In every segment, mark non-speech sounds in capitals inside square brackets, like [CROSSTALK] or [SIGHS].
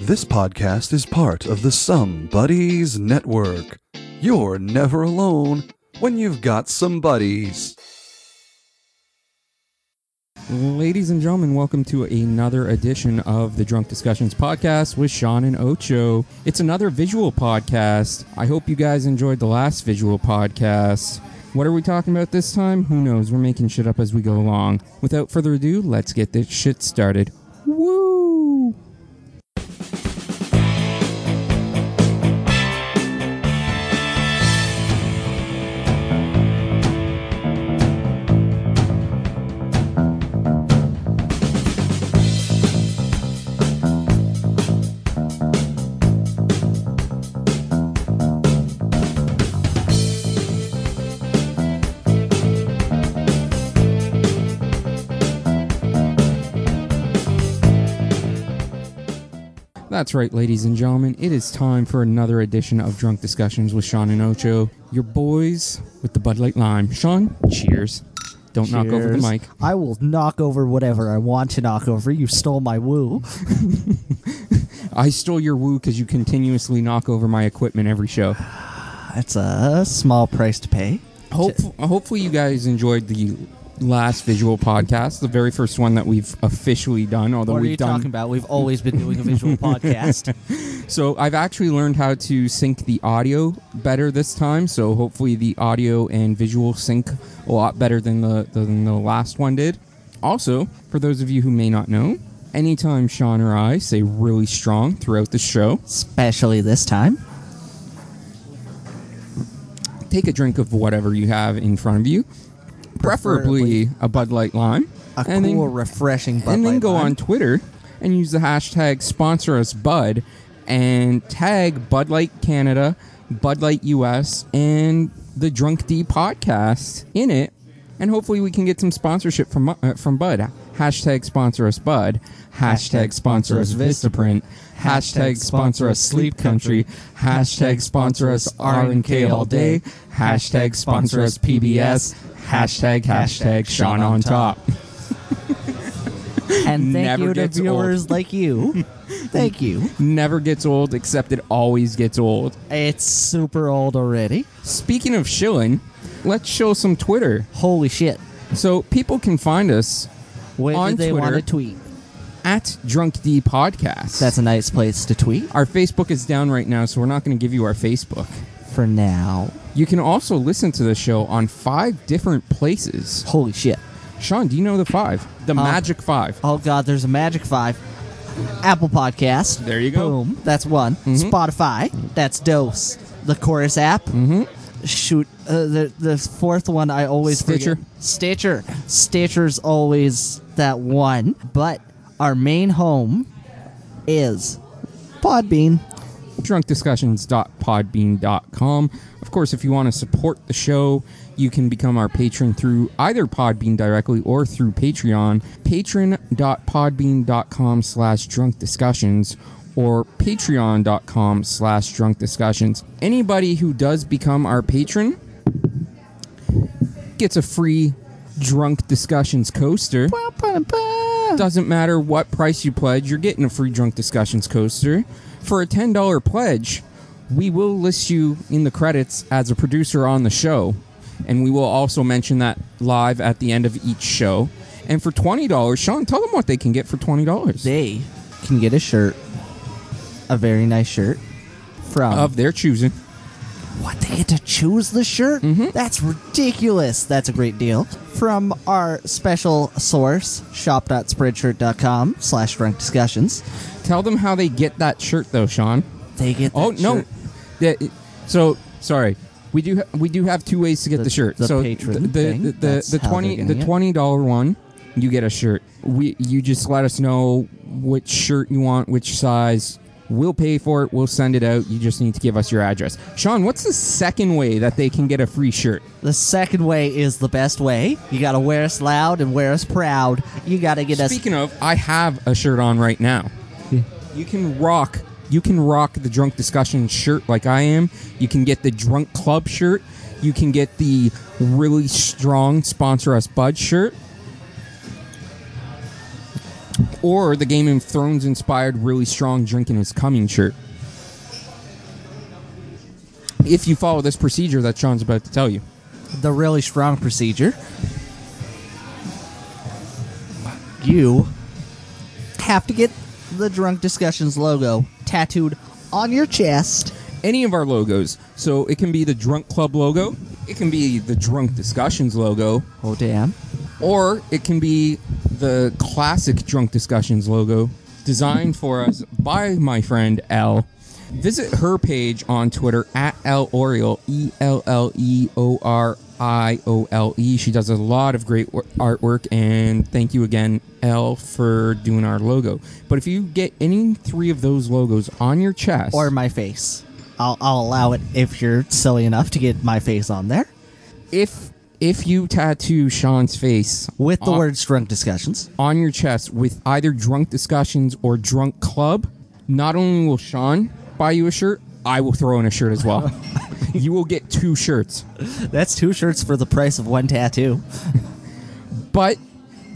This podcast is part of the Some Buddies Network. You're never alone when you've got some buddies. Ladies and gentlemen, welcome to another edition of the Drunk Discussions podcast with Sean and Ocho. It's another visual podcast. I hope you guys enjoyed the last visual podcast. What are we talking about this time? Who knows? We're making shit up as we go along. Without further ado, let's get this shit started. Woo! That's right, ladies and gentlemen. It is time for another edition of Drunk Discussions with Sean and Ocho. Your boys with the Bud Light Lime. Sean, cheers. Don't knock over the Cheers. mic. I will knock over whatever I want to knock over. You stole my woo. I stole your woo because you continuously knock over my equipment every show. That's a small price to pay. Hope, hopefully, you guys enjoyed the last visual podcast, the very first one that we've officially done. Although What are we've you done talking about? We've always been doing a [LAUGHS] visual podcast. so, I've actually learned how to sync the audio better this time. So, hopefully, the audio and visual sync a lot better than the than the last one did. Also, for those of you who may not know, anytime Sean or I say really strong throughout the show, Especially this time. take a drink of whatever you have in front of you, preferably, a Bud Light Lime, A and cool, then, refreshing Bud and then Light go Lime. on Twitter and use the hashtag sponsor us Bud and tag Bud Light Canada, Bud Light US, and the Drunk D podcast in it, and hopefully we can get some sponsorship from uh, from Bud. Hashtag sponsor us Bud. Hashtag sponsor us Vistaprint. Hashtag sponsor us Sleep Country. Hashtag sponsor us R and K all day. Hashtag sponsor us PBS. Hashtag hashtag Sean on top. And thank Never you to gets old. viewers like you. thank you. Never gets old, except it always gets old. It's super old already. Speaking of shilling, let's show some Twitter. Holy shit. So people can find us Where On did they want Twitter. to tweet? at Drunk D Podcast. That's a nice place to tweet our Facebook is down right now, so we're not going to give you our Facebook. for now. You can also listen to the show on five different places. Holy shit. Sean, do you know the five? The Magic Five. Oh God, there's a Magic Five. Apple Podcast. There you go. Mm-hmm. Boom. That's one. Spotify. That's Dose. The Chorus app. Mm-hmm. Shoot, uh, the the fourth one I always Stitcher. forget. Stitcher. Stitcher's always that one. But our main home is Podbean. drunkdiscussions.podbean.com. Of course, if you want to support the show, you can become our patron through either Podbean directly or through Patreon, patron.podbean.com slash drunk discussions or patreon.com slash drunk discussions. Anybody who does become our patron gets a free drunk discussions coaster. Doesn't matter what price you pledge, you're getting a free drunk discussions coaster. For a ten dollar pledge, we will list you in the credits as a producer on the show, and we will also mention that live at the end of each show. And for twenty dollars, Sean, tell them what they can get for twenty dollars They can get a shirt, a very nice shirt from of their choosing. Mm-hmm. What they get to choose the shirt? That's ridiculous. That's a great deal. From our special source, shop.spreadshirt.com slash drunk discussions. Tell them how they get that shirt though, Sean. They get that Oh no, shirt. Yeah, it- so sorry. We do ha- we do have two ways to get the, The- shirt. the so patron the the, thing, the, the, that's how twenty they're the getting it. twenty dollar one, you get a shirt. We you just let us know which shirt you want, which size. We'll pay for it. We'll send it out. You just need to give us your address. Sean, what's the second way that they can get a free shirt? The second way is the best way. You gotta wear us loud and wear us proud. You gotta get us Speaking of, I have a shirt on right now. You can rock. You can rock the drunk discussion shirt like I am. You can get the drunk club shirt. You can get the really strong sponsor us bud shirt. or the Game of Thrones inspired really strong drinking is coming shirt. If you follow this procedure that Sean's about to tell you. The really strong procedure. You have to get the Drunk Discussions logo tattooed on your chest. any of our logos. So it can be the Drunk Club logo, it can be the Drunk Discussions logo, Oh, damn. or it can be the classic Drunk Discussions logo designed for us by my friend L. Visit her page on Twitter at L Oriole, E L L E O R I O L E. She does a lot of great wor- artwork, and thank you again, L, for doing our logo. But if you get any three of those logos on your chest, Or my face. I'll, I'll allow it if you're silly enough to get my face on there if if you tattoo Sean's face with the on, words Drunk Discussions. on your chest with either drunk discussions or drunk club, not only will Sean buy you a shirt, I will throw in a shirt as [LAUGHS] well. you will get two shirts, That's two shirts for the price of one tattoo. but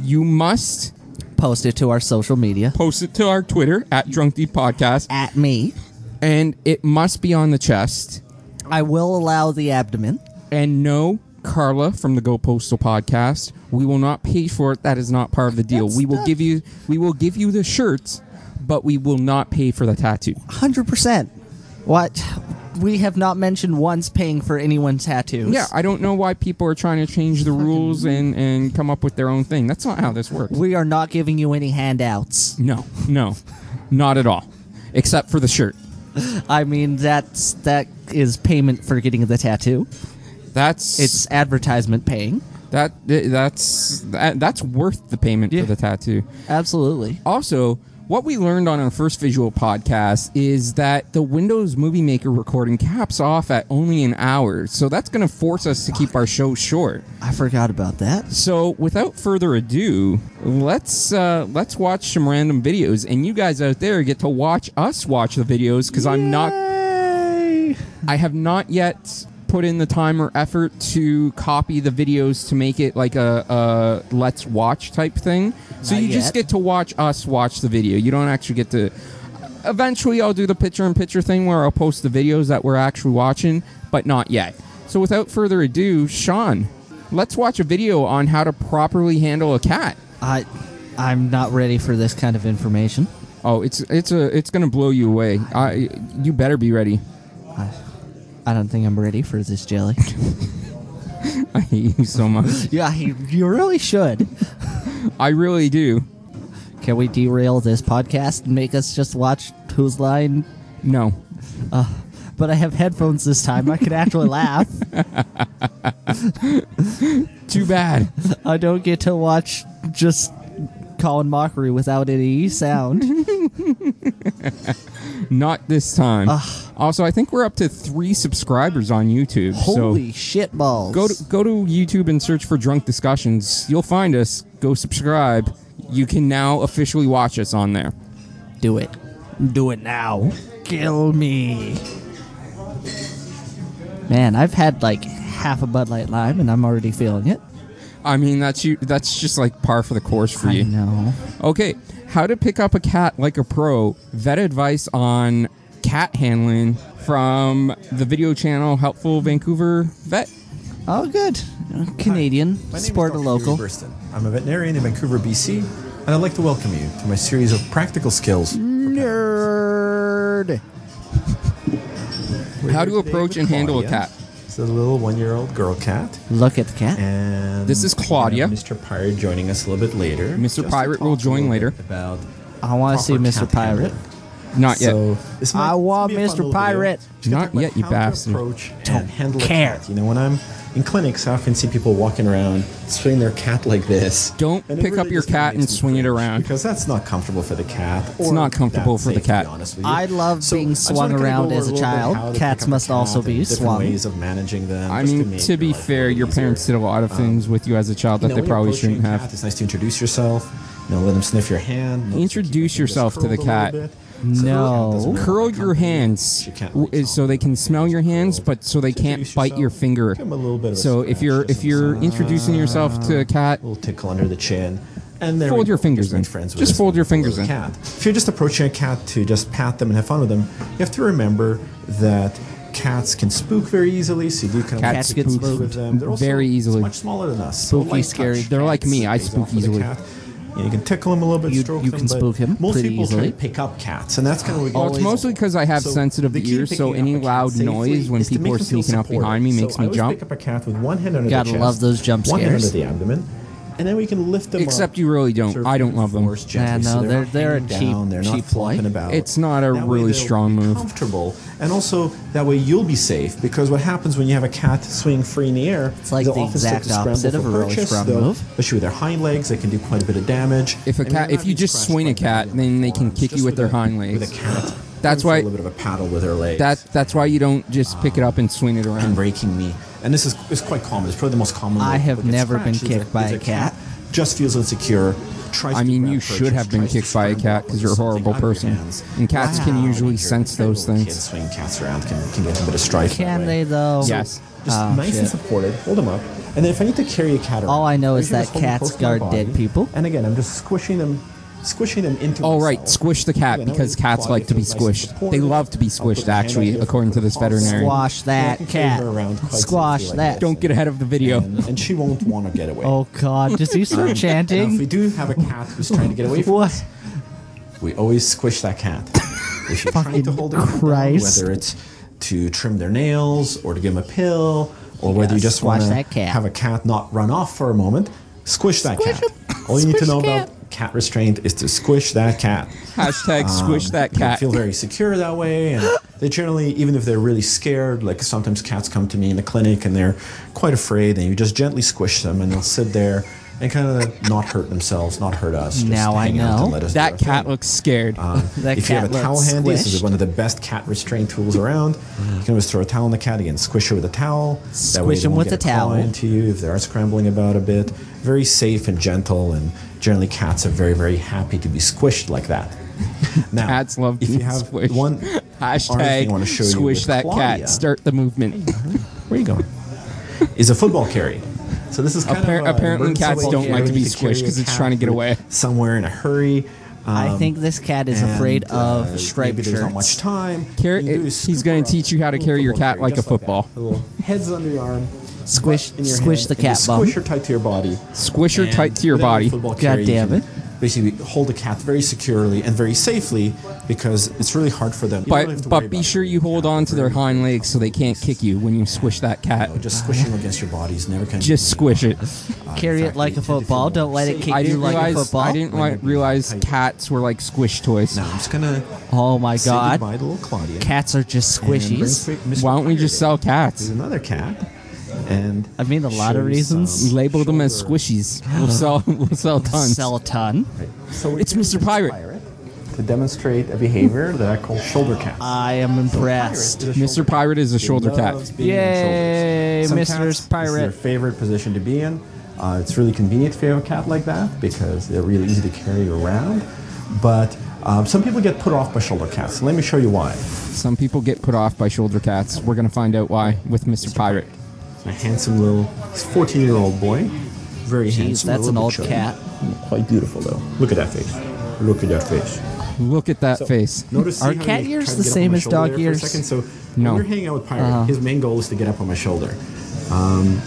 you must Post it to our social media post it to our Twitter at Drunk Deep Podcast, at me. and it must be on the chest. I will allow the abdomen. And no, Carla from the Go Postal podcast, we will not pay for it. That is not part of the deal. That's we will not- give you we will give you the shirts, but we will not pay for the tattoo. Hundred percent. What we have not mentioned once paying for anyone's tattoos. Yeah, I don't know why people are trying to change the rules and and come up with their own thing. That's not how this works. we are not giving you any handouts. No, no, not at all, except for the shirt. I mean, that's that is payment for getting the tattoo. That's It's advertisement paying. that that's that, that's worth the payment for the tattoo. Absolutely. Also, what we learned on our first visual podcast is that the Windows Movie Maker recording caps off at only an hour. So that's going to force us to keep our show short. I forgot about that. So without further ado, let's uh, let's watch some random videos and you guys out there get to watch us watch the videos cuz I'm not Yay! I have not yet put in the time or effort to copy the videos to make it like a, a let's watch type thing. So Not you just yet. get to watch us watch the video. You don't actually get to. Eventually, I'll do the picture in picture thing where I'll post the videos that we're actually watching, but not yet. So without further ado, Sean, let's watch a video on how to properly handle a cat. I, I'm not ready for this kind of information. Oh, it's it's a it's gonna blow you away. I you better be ready. I don't think I'm ready for this jelly. [LAUGHS] I hate you so much. [LAUGHS] yeah, you, you really should. I really do. Can we derail this podcast and make us just watch Who's Line? Uh, No, But I have headphones this time. I [LAUGHS] can actually laugh. Too bad. I don't get to watch just Colin Mockery without [LAUGHS] any sound. Not this time. Also, I think we're up to three subscribers on YouTube. Holy So shit balls. go to go to YouTube and search for Drunk Discussions. You'll find us. Go subscribe. You can now officially watch us on there. do it. Do it now. Kill me. Man, I've had like half a Bud Light Lime and I'm already feeling it. I mean, that's you. That's just like par for the course for I you. know. Okay, how to pick up a cat like a pro? Vet advice on cat handling from the video channel Helpful Vancouver Vet. Oh, good. Canadian, My name is sport a Dr. local. Yuri Burston. I'm a veterinarian in Vancouver, BC, and I'd like to welcome you to my series of practical skills. Nerd. Mm-hmm. How to approach and handle a cat. It's a little one-year-old girl cat, Look at the cat. and This is we have Claudia. Mr. Pirate joining us a little bit later. Mr. just to Pirate will talk a join little later. bit About I want to see proper Mr. cat Pirate. handling. Not yet. So this might- I this will want be a fun Mr. little Pirate. video. Just Not talk about yet, you how to bastard. Approach and handle a care. cat. You know, when I'm in clinics, I often see people walking around swinging their cat like this. Don't And it pick up your just kinda cat and makes me swing it cringe around. because that's not comfortable for the cat. It's not comfortable for the cat. I love being swung around as a child. Cats must also be swung. Ways of managing them. I just mean, make to be life a fair, little your parents easier. did a lot of things with you as a child that You know, they when probably approaching shouldn't a cat, have. It's nice to introduce yourself. You know, let them sniff your hand. Notice if you Introduce keep your fingers yourself to the curled a little cat. bit. So the cat doesn't No. really Curl wanna your come to you. hands She can't w- reach is so they something. can smell your hands, Curled. but so they can't Introduce bite your yourself. finger. Give 'em a little bit of a So if scratch, you're just if you're some- introducing yourself to a cat, little tickle under the chin. And there Fold we your go. fingers Just in. make Friends with Just this fold your little fingers in. Cat. If you're just approaching a cat to just pat them and have fun with them, you have to remember that cats can spook very easily. So you do kind Cats of get play spooked with them. They're also very easily. much smaller than us. Spooky, scary. They're like me. I spook easily. Yeah, you can tickle him a little bit, You- stroke you them, can but spook him Most pretty people try easily. to pick up cats, and that's kind of what you Oh, it's always- mostly 'cause I have So sensitive the key to ears, so picking any up a cat loud safely noise when is to people make are them feel sneaking up supported. behind me So makes I me always jump. Pick up a cat with one hand under Gotta the chest, love those jump One hand under scares. the abdomen, and then we can lift them. Except up, you really don't. sort of I don't love them. force gently, Yeah, no, so they're- not they're a hanging cheap- down, they're not cheap play. flopping about. It's not a That way really they'll strong be move. Comfortable, and also that way you'll be safe because what happens when you have a cat swing free in the air? It's like they'll the often start exact to scramble opposite for of a really purchase, strong they'll- move. Especially with their hind legs, they can do quite a bit of damage. If a And you're cat- if not you being just scratched swing a by cat, them, then they can arms, kick you just with their a- hind With a legs. cat, That's going for why- a little bit of a paddle with her legs. That that's why you don't just pick it up and swing it and around. raking me. And this is is quite common. It's probably the most common. I way have people get never been scratched is kicked a- by is a cat. Just feels insecure. Tries I to mean, grab you for a should chest, have been tries to kicked by a strangle cat with 'cause you're a something horrible out of your person. hands. And cats can usually sense those Little things. Kids swing cats around can, can get a bit of strife. that Can way. they though? Yeah. So Yes. Just Oh, nice and shit. supported. Hold them up. And then if I need to carry a cat around, All I know is usually that just hold them cats close to my guard dead body. people. And again, I'm just squishing them, squishing them into. All right, myself. squish the cat Yeah, that way because the cats claw like to be gets nice and squished. They supported. love to be I'll put swished, the hand right actually, here, according to put the this paw on the veterinarian. side. Squash that I can carry cat. her around quite Squash safely that. this. Don't get ahead of the [LAUGHS] video. [LAUGHS] And, and she won't want to get away. Oh God! Does [LAUGHS] he start Now, if we chanting? do have a cat who's trying to get away from What? we always squish that cat. If you're trying to Fucking hold them Christ. whether it's to trim their nails or to give them a pill, or whether you just squash want that to cat. have a cat not run off for a moment, squish that cat. All you need to know Squish cat. about cat restraint is to squish that cat. Hashtag squish that You cat. Um, feel very secure that way, and they generally, even if they're really scared, like sometimes cats come to me in the clinic and they're quite afraid, and you just gently squish them, and they'll sit there and kind of not hurt themselves, not hurt us. Just Now I hang out know. and let us do That our cat thing. Uh, looks scared. [LAUGHS] That if you cat have a towel looks handy, this squished. is one of the best cat restraint tools around. You can always throw a towel on the cat again, squish her with a towel. that way Squish they 'em won't with get a a claw towel. into you if they are scrambling about a bit. Very safe and gentle, and generally cats are very, very happy to be squished [LAUGHS] like that. Now, Cats love if you being have squished. one other thing I [LAUGHS] Hashtag want to show you squish with that Claudia- cat. Start the movement. Where [LAUGHS] are you going? Is a football carry. So this is kind Appar- of a apparently emergency cats way don't like to carry be carry squished 'cause a it's cat trying to get away. somewhere in a hurry. I Um, think this cat is afraid and, uh, of maybe striped there's not much shirts. time. Carry- You do he's scoop gonna her up, teach you how to little carry your football cat like just a football. that. Little heads under your arm, Squish- butt in your squish hand, the and just cat bum. Squish her tight to your body. Squish her And tight to your with that little body. football God carry, you damn can it. Basically, hold the cat very securely and very safely because it's really hard for them. You don't have But to worry but be about sure carrying you the hold cat. on to their hind legs so they can't kick you when you swish that cat. Just squish them against your bodies, never kind of Just squish it. Carry it like a football. Don't let it kick I you didn't like a realize football. I didn't like, realize cats were like squish toys. Now I'm just gonna Oh my say God! goodbye to little Claudia. Cats are just and bring squishies. Fre- Mr. Why don't we just sell Here's cats? another cat, and I mean, a lot um, show of you reasons. some Label them as shoulder- squishies. We'll [GASPS] [LAUGHS] sell we'll sell tons. Sell a ton. So we It's can Mr. use Pirate. to demonstrate a behavior that I call shoulder cats. I am impressed. Mr. Pirate is a shoulder cat. Yay, Some Mr. cats, this is their Pirate. favorite position to be in. Uh, it's really convenient if you have a cat like that because they're really easy to carry around. But um, some people get put off by shoulder cats. Let me show you why. Some people get put off by shoulder cats. We're gonna find out why with Mr. Pirate. A handsome little, he's 14 year old boy. Very Jeez, handsome. a that's little an bit old chubby. cat. Quite beautiful though. Look at that face. Look at that face. Look at that So, face. Notice Are see how cat he ears tried to the get up same on my as shoulder dog there for a ears? second? So No. Uh-huh. when you're hanging out with Pirate, Uh-huh. his main goal is to get up on my shoulder. Um,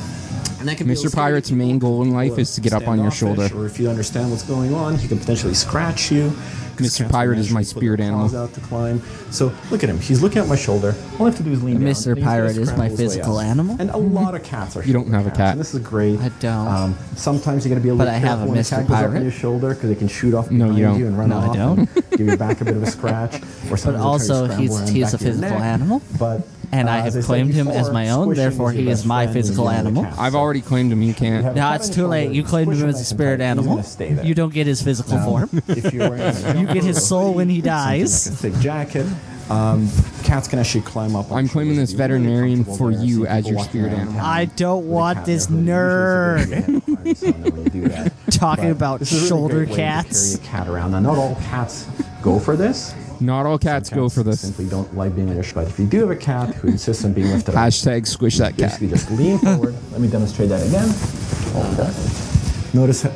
and that can be a Mr. little scary Pirate's if you main goal in life pull a is to get up on your standoffish, shoulder. Or if you understand what's going on, he can potentially scratch you. 'cause Mr. cats will Pirate is my naturally put their spirit animal. claws Out to climb. So look at him. He's looking at my shoulder. All I have to do is lean down. Mr. and he's gonna Pirate is scramble my his way physical up. animal? And a lot of cats are. You don't shoulder have a cats, cat. and this is great. I don't. Um, sometimes you got to be a little But I careful have a when Mr. cat goes up on Pirate. your shoulder because it can shoot off No, you behind don't. and run No, I off don't. and give your back a bit of a [LAUGHS] scratch. Or sometimes they'll try to also, scramble he's- around he's back a of your physical neck. animal. But And I Uh, as said have claimed him as my own, squishing therefore your he is best my friend and physical you're the animal. cat. I've already claimed him. You You have can't. a No, cat it's on too your late. shoulder, You claimed squish him him as a nice and spirit tight. He's animal. gonna stay there. You don't get his physical form. [LAUGHS] if you're [LAUGHS] wearing a You get his jumper soul when he or something dies. Like a thick jacket. Um, cats can actually climb up. on I'm claiming shoulders this and be really veterinarian for comfortable there. I you see as people your walking spirit around animal. town I don't with a want cat this in their hood. Usually it's a very bad time, so nobody do that. [LAUGHS] Talking But about this is a really shoulder great way to cats. Carry a cat around. Now, not all cats go for this. Not all cats go for this. Simply don't like being lifted. But if you do have a cat who insists on being lifted up, Hashtag squish that cat. basically just lean forward. Let me demonstrate that again. Hold that. Notice how-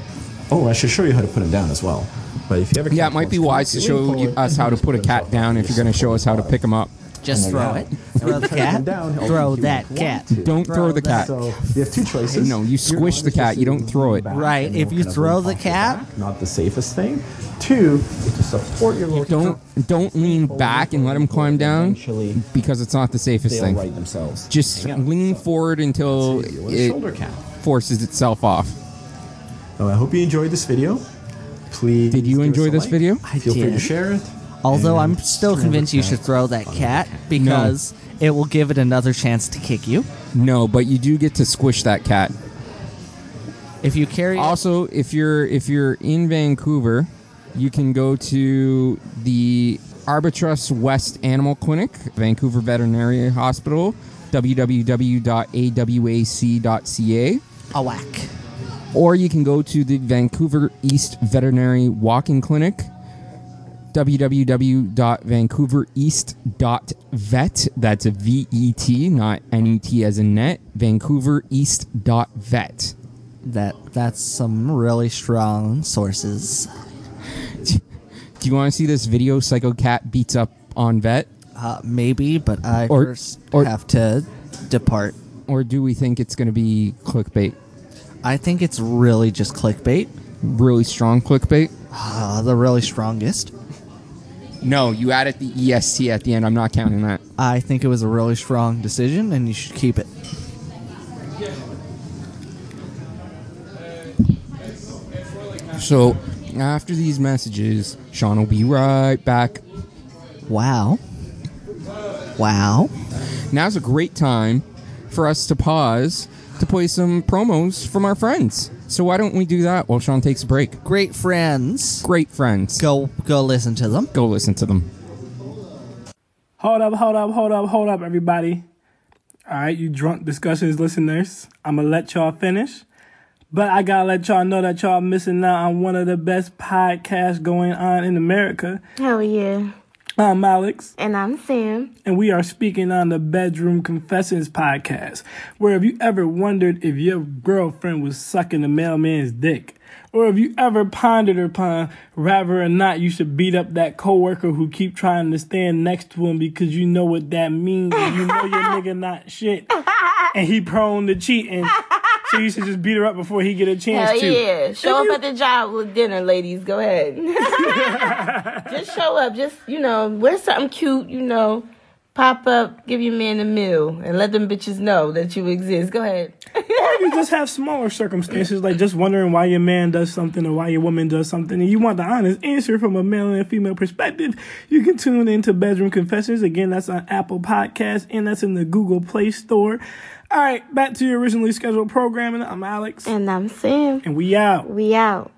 Oh, I should show you how to put them down as well. But if you have a Yeah, cat it might be close, wise to show lean you, forward us and how to just put a them cat up down if you're going to show us how to pick them up. Just Oh my throw God. it. Throw the Turn them cat. down, help Throw them if you that want cat. to. Don't throw the cat. So you have two choices. No, you squish the cat, you don't throw it. Right, if you throw the cat- not the safest thing. Two, is to support your little Don't don't lean back and let them climb down Eventually, because it's not the safest they'll thing. right themselves. Just Hang on. lean forward until Easy. With a shoulder it cat. forces itself off. So Oh, I hope you enjoyed this video. Please. Did you give us enjoy a this like. video? I Feel free did. to share it. Although I'm And still throw the convinced you should cat. throw that cat because it will give it another chance to kick you. No, but you do get to squish that cat. If you carry it Also, if you're if you're in Vancouver, you can go to the Arbitrust West Animal Clinic, Vancouver Veterinary Hospital, www.awac.ca, a whack. or you can go to the Vancouver East Veterinary Walking Clinic, www.vancouvereast.vet. That's V E T, not N E T as in net. VancouverEast.vet. That that's some really strong sources. Do you want to see this video? Psycho Cat beats up on vet, Uh, maybe, but I Or- first or- have to depart. or do we think it's going to be clickbait? I think it's really just clickbait. Really strong clickbait. Uh, the really strongest. No, you added the est at the end. I'm not counting that. I think it was a really strong decision, and you should keep it. So after these messages, Sean will be right back. Wow. Wow. Now's a great time for us to pause to play some promos from our friends. So why don't we do that while Sean takes a break? Great friends. Great friends. Go go listen to them. Go listen to them. Hold up, hold up, hold up, hold up, everybody. All right, you drunk discussions listeners. I'm going to let y'all finish. But I got to let y'all know that y'all missing out on one of the best podcasts going on in America. Hell yeah. I'm Alex, And I'm Sam. and we are speaking on the Bedroom Confessions podcast, where have you ever wondered if your girlfriend was sucking the mailman's dick? Or have you ever pondered upon whether or not you should beat up that coworker who keep trying to stand next to him because you know what that means. and You know [LAUGHS] your nigga not shit, and he prone to cheating. So you should just beat her up before he get a chance Hell to. yeah. Show up at the job with dinner, ladies. Go ahead. [LAUGHS] just show up. Just, you know, wear something cute, you know. Pop up, give your man a meal, and let them bitches know that you exist. Go ahead. you just have smaller circumstances, like just wondering why your man does something or why your woman does something, and you want the honest answer from a male and a female perspective, you can tune into Bedroom Confessions. Again, that's on Apple Podcasts and that's in the Google Play Store. All right, back to your originally scheduled programming. I'm Alex, And I'm Sam. and we out. We out.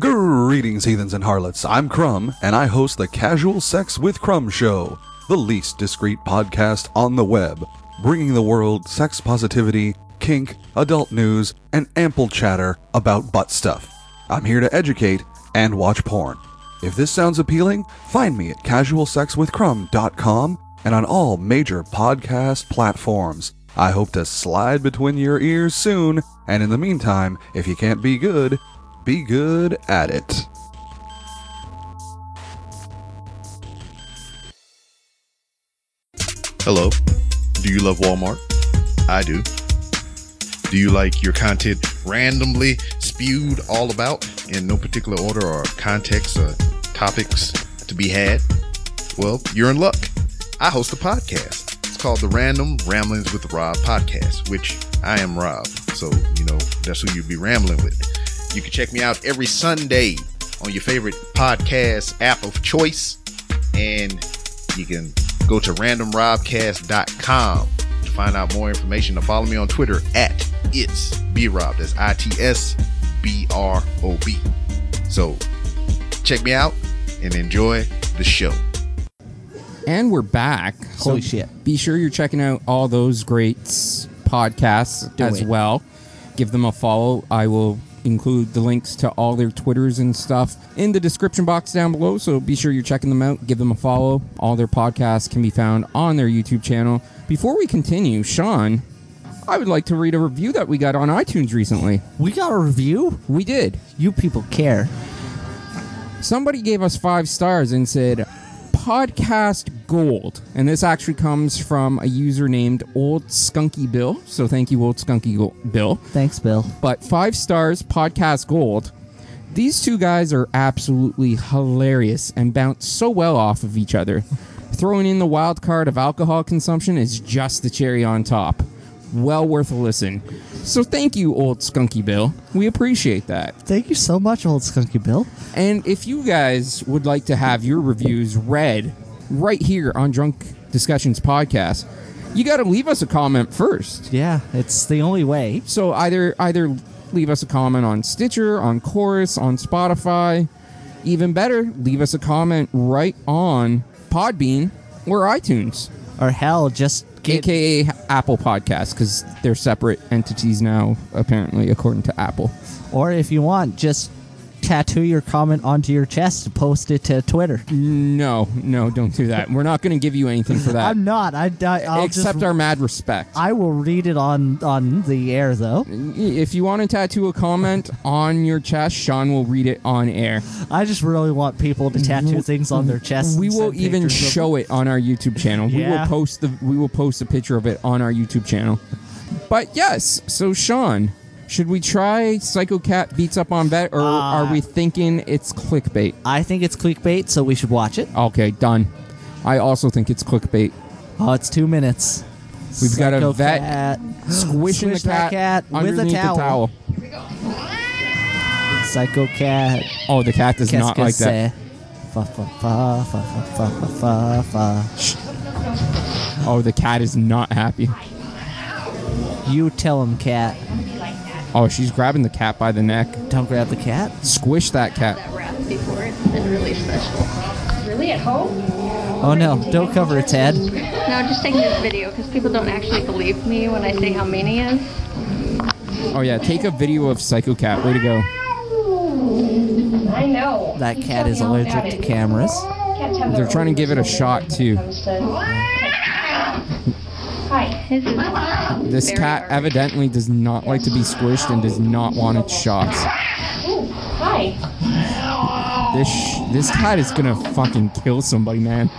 Greetings, heathens and harlots. I'm Crumb, and I host the Casual Sex with Crumb show, the least discreet podcast on the web, bringing the world sex positivity, kink, adult news, and ample chatter about butt stuff. I'm here to educate and watch porn. If this sounds appealing, find me at casualsexwithcrumb.com and on all major podcast platforms. I hope to slide between your ears soon, and in the meantime, if you can't be good, be good at it. Hello. Do you love Walmart? I do. Do you like your content randomly spewed all about in no particular order or context or topics to be had? Well, you're in luck. I host a podcast. It's called the Random Ramblings with Rob podcast, which I am Rob. So, you know, that's who you'll be rambling with. You can check me out every Sunday on your favorite podcast app of choice. And you can go to randomrobcast.com to find out more information and follow me on Twitter at it's brob. That's I T S B R O B. So check me out and enjoy the show. And we're back. Holy shit. Be sure you're checking out all those great s- podcasts as it. well. Give them a follow. I will include the links to all their Twitters and stuff in the description box down below. So be sure you're checking them out. Give them a follow. All their podcasts can be found on their YouTube channel. Before we continue, Sean, I would like to read a review that we got on iTunes recently. We got a review? We did. You people care. Somebody gave us five stars and said, Podcast Gold. And this actually comes from a user named Old Skunky Bill. So thank you, Old Skunky Go- Bill. Thanks, Bill. But five stars, Podcast Gold. These two guys are absolutely hilarious and bounce so well off of each other. Throwing in the wild card of alcohol consumption is just the cherry on top. Well worth a listen. So thank you, Old Skunky Bill. We appreciate that. Thank you so much, old Skunky Bill. And if you guys would like to have your reviews read right here on Drunk Discussions Podcast, you got to leave us a comment first. Yeah, it's the only way. So either either leave us a comment on Stitcher, on Chorus, on Spotify. Even better, leave us a comment right on Podbean or iTunes, Or hell, just get aka Apple Podcasts, because they're separate entities now, apparently, according to Apple. or if you want, just tattoo your comment onto your chest and post it to Twitter. No, no, don't do that. We're not going to give you anything [LAUGHS] for that, I'm not. I, I I'll except just, our mad respect. I will read it on on the air though. If you want to tattoo a comment on your chest, Sean will read it on air. I just really want people [LAUGHS] to tattoo things on their chest. We and will send even pictures of- show it on our YouTube channel. We will Yeah. post the we will post a picture of it on our YouTube channel. But yes, so Sean, should we try Psycho Cat beats up on vet, or are we thinking it's clickbait? Uh, I think it's clickbait, so we should watch it. Okay, done. I also think it's clickbait. Oh, it's two minutes. We've got a vet cat. [GASPS] squishing Squish the that cat, cat with underneath a towel. the towel. Psycho cat. Oh, the cat does not like that. Fa, fa, fa, fa, fa, fa, fa, fa. Oh, the cat is not happy. You tell him, cat. Oh, she's grabbing the cat by the neck. Don't grab the cat. Squish that cat. that wrap before. It's been really special. Really at home? Oh no, don't cover its head. No, I'm just taking this video because people don't actually believe me when I say how many is. Oh yeah, take a video of Psycho Cat. Way to go. I know. That cat is allergic to cameras. They're trying to give it a shot too. His is This very cat early. evidently does not like to be squished and does not want its shots. This sh- this cat is gonna fucking kill somebody, man.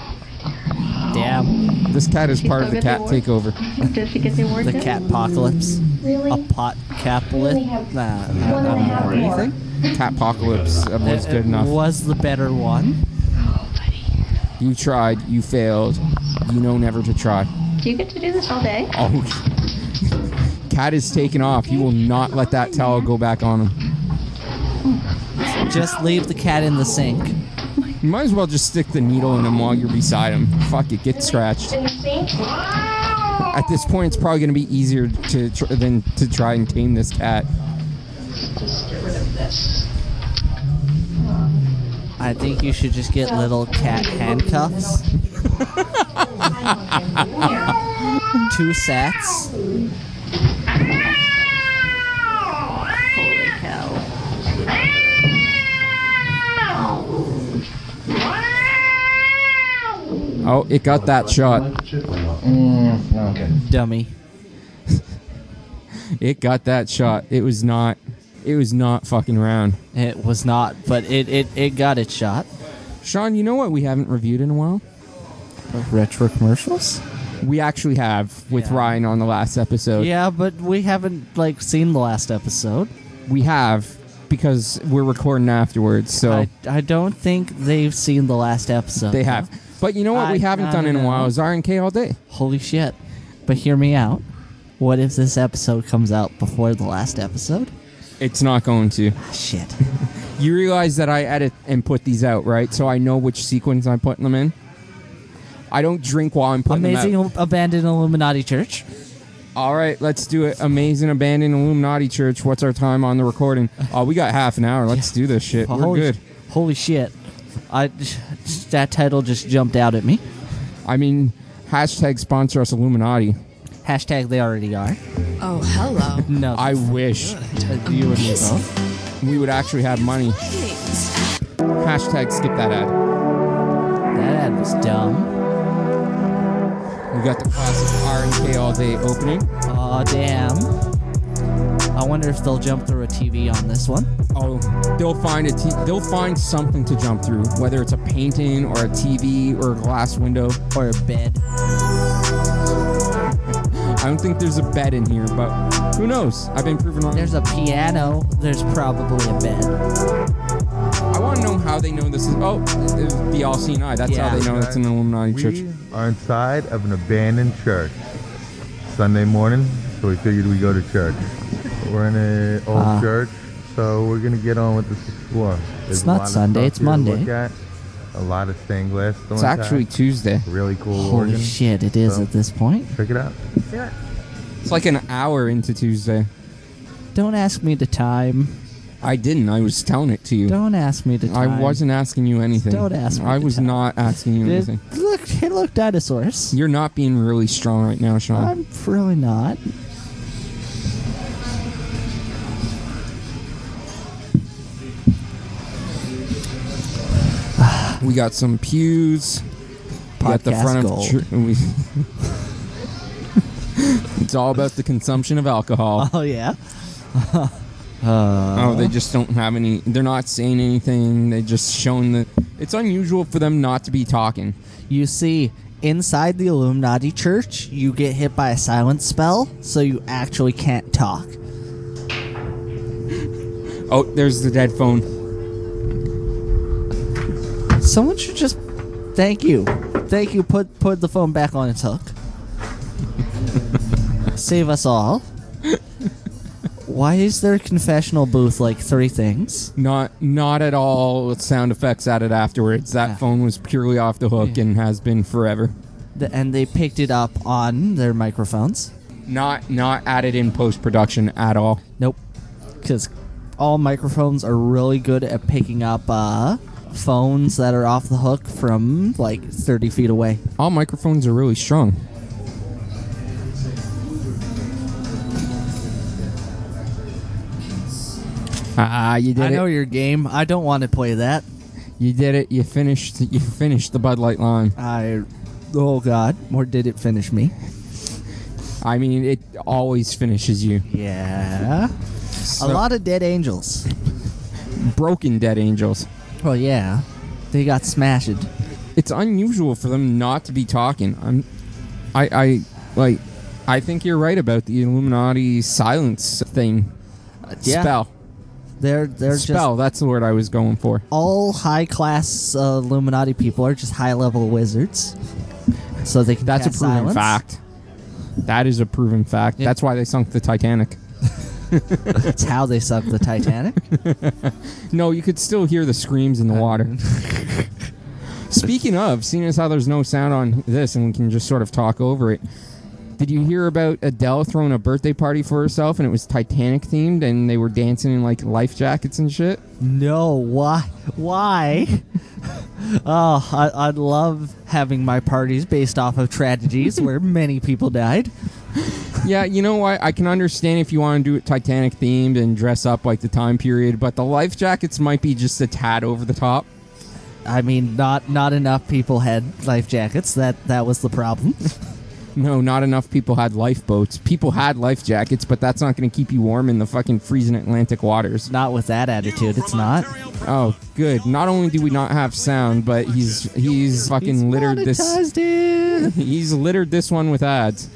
Damn, This cat is She's part of so the good cat at war. takeover. Does he get the award? the yet? cat apocalypse. Oh. Really? A pot caplet. Nah, nah, nah, nah. Anything? Cat apocalypse was It- good it enough. Was the better one. You tried, you failed. You know never to try. Do you get to do this all day? Oh. [LAUGHS] Cat is taken off. You will not let that towel go back on him. Just leave the cat in the sink. You might as well just stick the needle in him while you're beside him. Fuck it, get scratched. At this point, it's probably going to be easier to tr- than to try and tame this cat. I think you should just get little [LAUGHS] [LAUGHS] cat handcuffs. Two sets. Holy cow. Oh, it got that shot. Dummy. [LAUGHS] It got that shot. It was not. It was not fucking round. It was not, but it, it, it got its shot. Sean, you know what we haven't reviewed in a while? Retro commercials? We actually have with Yeah. Ryan on the last episode. Yeah, but we haven't like seen the last episode. We have because we're recording afterwards. So I, I don't think they've seen the last episode. they have. But you know what we I- haven't I done in a know. while is R and K all day. Holy shit. But hear me out. What if this episode comes out before the last episode? It's not going to. Ah, Shit. [LAUGHS] You realize that I edit and put these out, right? So I know which sequence I'm putting them in. I don't drink while I'm putting Amazing them out. abandoned Illuminati church. All right, let's do it. Amazing abandoned Illuminati Church. What's our time on the recording? Oh, we got half an hour. Let's do this shit. We're holy, good. Holy shit. I that title just jumped out at me. I mean, hashtag sponsor us Illuminati. Hashtag they already are. Oh, hello. No, I wish you and me both. we would actually have money. Greetings. Hashtag skip that ad. That ad was dumb. We got the classic R and K all day opening. Aw, damn. I wonder if they'll jump through a TV on this one. Oh, they'll find a t- they'll find something to jump through, whether it's a painting or a TV or a glass window. Or a bed. [LAUGHS] I don't think there's a bed in here, but who knows? I've been proven wrong. There's a piano. There's probably a bed. I want to know how they know this is. Oh, it- the All Seeing Eye. That's how Yeah. they know it's an Illuminati We church. are inside of an abandoned church. Sunday morning, so we figured we go to church. We're in an old church, so we're gonna get on with this explore. There's Ah. It's a not lot of Sunday, stuff it's here to Monday. look at. A lot of stained glass. It's actually Tuesday. really cool Holy organ. shit, it is So- at this point. Check it out. It's like an hour into Tuesday. Don't ask me the time. I didn't. I was telling it to you. Don't ask me the time. I wasn't asking you anything. Don't ask me I to was tell. not asking you Did- anything. Look, hey, look, dinosaurs. You're not being really strong right now, Sean. I'm really not. we got some pews. We got the Podcast front gold. of tr- we- [LAUGHS] It's all about the consumption of alcohol. Oh yeah. [LAUGHS] oh, they just don't have any. They're not saying anything. They just showing the. It's unusual for them not to be talking. You see, inside the Illuminati church, you get hit by a silence spell, so you actually can't talk. Oh, there's the dead phone. Someone should just thank you. Thank you. Put put the phone back on its hook. Save us all. Why is there a confessional booth like three things? Not not at all with sound effects added afterwards. That Yeah. phone was purely off the hook and has been forever. Th- And they picked it up on their microphones. Not not added in post production at all. Nope. Because all microphones are really good at picking up uh, phones that are off the hook from like 30 feet away. All microphones are really strong. Ah, you did I it. know your game. I don't want to play that. you did it. You finished. You finished the Bud Light line. I. Oh, God. Or did it finish me? I mean, it always finishes you. Yeah. A lot of dead angels. broken dead angels. Oh, yeah. They got smashed. It's unusual for them not to be talking. I'm, I, I like, I think you're right about the Illuminati silence thing. yeah. Spell. They're, they're Spell. just. That's the word I was going for. All high class uh, Illuminati people are just high level wizards. So they can That's a cast proven silence. fact. That is a proven fact. Yeah. That's why they sunk the Titanic. That's how they sunk the Titanic. [LAUGHS] Uh-huh. No, you could still hear the screams in the [LAUGHS] water. Speaking of, seeing as how there's no sound on this and we can just sort of talk over it, did you hear about Adele throwing a birthday party for herself and it was Titanic themed and they were dancing in like life jackets and shit? No, why? Why? [LAUGHS] oh, I, I love having my parties based off of tragedies [LAUGHS] where many people died. yeah, you know what? I can understand if you want to do it Titanic themed and dress up like the time period, but the life jackets might be just a tad over the top. I mean, not not enough people had life jackets. That that was the problem. [LAUGHS] No, not enough people had lifeboats. People had life jackets, but that's not going to keep you warm in the fucking freezing Atlantic waters. not with that attitude. It's not. Oh, good. Not only do we not have sound, but he's he's fucking He's littered this. monetized [LAUGHS] it. He's littered this one with ads.